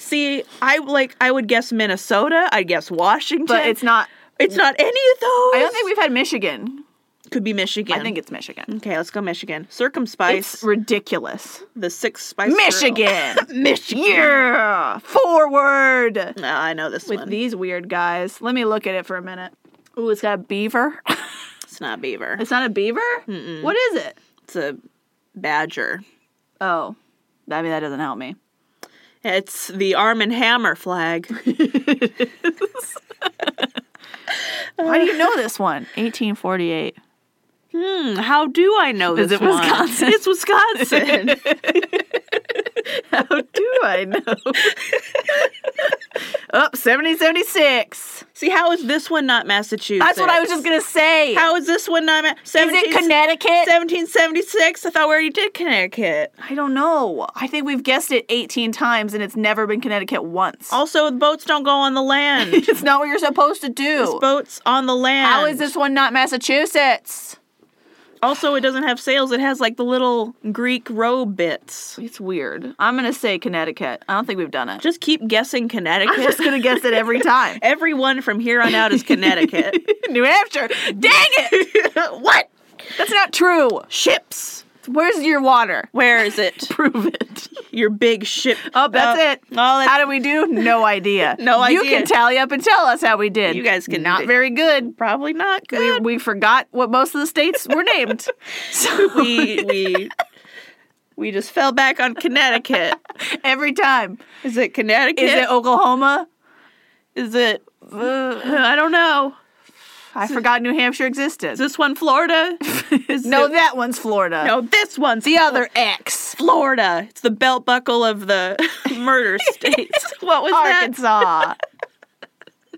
S2: See, I like I would guess Minnesota, I'd guess Washington.
S1: but it's not.
S2: it's not any of those.
S1: I don't think we've had Michigan.
S2: could be Michigan.
S1: I think it's Michigan.
S2: Okay, let's go Michigan. Circumspice
S1: It's ridiculous.
S2: the six spice. Girls.
S1: <laughs> Michigan.
S2: Michigan.
S1: yeah, forward
S2: No, I know this
S1: with
S2: one.
S1: these weird guys. Let me look at it for a minute. Ooh, it's got a beaver. <laughs>
S2: it's not beaver.
S1: it's not a beaver. What is it?
S2: It's a badger.
S1: Oh, I mean that doesn't help me.
S2: It's
S1: <laughs>
S2: the Arm and Hammer flag.
S1: Why do you know this one? 1848.
S2: Hmm, how do I know
S1: Is
S2: this?
S1: it
S2: one?
S1: Wisconsin?
S2: <laughs> It's Wisconsin.
S1: <laughs> How do I know? Up 7076.
S2: See, how is this one not Massachusetts?
S1: That's what I was just going to say.
S2: How is this one not? Ma-
S1: is
S2: 17,
S1: it Connecticut?
S2: 1776. I thought we already did Connecticut.
S1: I don't know. I think we've guessed it 18 times and it's never been Connecticut once.
S2: Also, the boats don't go on the <laughs> land.
S1: it's not what you're supposed to
S2: This
S1: do.
S2: boats on the land.
S1: How is this one not Massachusetts?
S2: Also, it doesn't have sails. It has like the little Greek row bits.
S1: It's weird. I'm going to say Connecticut. I don't think we've done it.
S2: Just keep guessing Connecticut.
S1: I'm just going to guess it every time.
S2: <laughs> Everyone from here on out is Connecticut.
S1: <laughs> New Hampshire. Dang it!
S2: <laughs> what?
S1: That's not true.
S2: Ships.
S1: Where's your water?
S2: Where is <laughs> it?
S1: Prove it.
S2: Your big ship.
S1: Oh, that's
S2: Uh,
S1: it.
S2: Oh, that's
S1: How do we do?
S2: <laughs>
S1: No idea.
S2: No
S1: You
S2: idea.
S1: can tally up and tell us how we did.
S2: You guys can
S1: Not
S2: do-
S1: very good.
S2: probably not
S1: We,
S2: good.
S1: we forgot what most of the states were named. So
S2: <laughs> We we we just fell back on <laughs> Connecticut.
S1: every time.
S2: Is it Connecticut?
S1: Is it Oklahoma?
S2: <laughs> Is it?
S1: Uh,
S2: I don't know.
S1: I forgot New Hampshire existed.
S2: Is this one <laughs> Florida? Is
S1: No,
S2: it-
S1: that one's Florida.
S2: no, this one's
S1: The other X.
S2: Florida. It's the belt buckle
S1: <laughs>
S2: of the murder states. What was that?
S1: Arkansas. <laughs>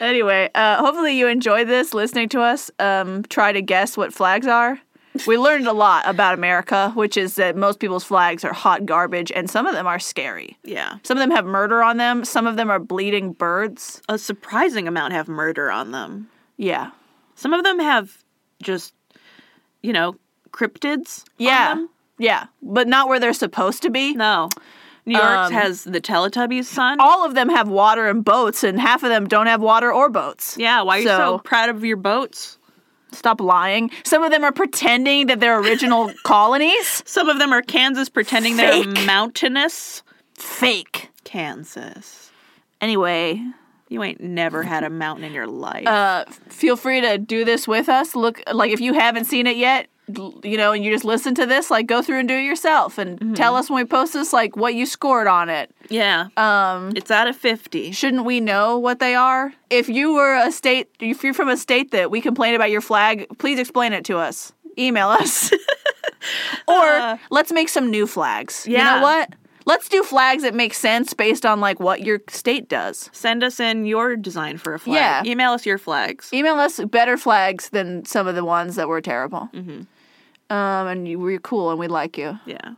S1: anyway, uh, hopefully you enjoyed this listening to us um, try to guess what flags are. We learned a lot about America, which is that most people's flags are hot garbage, and some of them are scary.
S2: Yeah.
S1: Some of them have murder on them. Some of them are bleeding birds.
S2: A surprising amount have murder on them.
S1: Yeah,
S2: Some of them have just, you know, cryptids. on
S1: yeah,
S2: them.
S1: yeah, but not where they're supposed to be.
S2: No. New York's
S1: Um,
S2: has the Teletubbies son.
S1: All of them have water and boats, and half of them don't have water or boats.
S2: yeah, why are you so,
S1: so-
S2: proud of your boats?
S1: Stop lying. Some of them are pretending that they're
S2: <laughs>
S1: original colonies.
S2: Some of them are Kansas pretending
S1: Fake.
S2: they're mountainous.
S1: Fake.
S2: Kansas.
S1: Anyway,
S2: You ain't never
S1: <laughs>
S2: had a mountain in your life.
S1: uh, feel free to do this with us. Look, like if you haven't seen it yet, l- you know, and you just listen to this, like go through and do it yourself, and
S2: Mm-hmm.
S1: tell us when we post this, like what you scored on it.
S2: yeah.
S1: Um,
S2: it's out of 50.
S1: shouldn't we know what they are? If you were a state, if you're from a state that we complain about your flag, please explain it to us. Email us, <laughs> or
S2: Uh,
S1: let's make some new flags. you
S2: yeah.
S1: know what? Let's do flags that make sense based on like what your state does.
S2: Send us in your design for a flag.
S1: Yeah.
S2: Email us your flags.
S1: email us better flags than some of the ones that were terrible. Mm-hmm. Um, and you, we're cool and we like you.
S2: Yeah.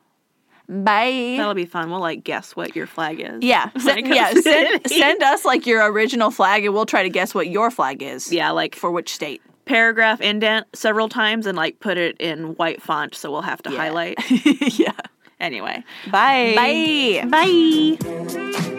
S1: Bye.
S2: That'll be fun. We'll like guess what your flag is.
S1: yeah,
S2: when
S1: send,
S2: it comes
S1: yeah.
S2: to
S1: Send,
S2: Disney.
S1: send us like your original flag, and we'll try to guess what your flag is.
S2: Yeah, like
S1: for which state?
S2: paragraph indent several times and like put it in white font so we'll
S1: <laughs>
S2: have to highlight.
S1: yeah.
S2: Anyway.
S1: Bye.
S2: Bye.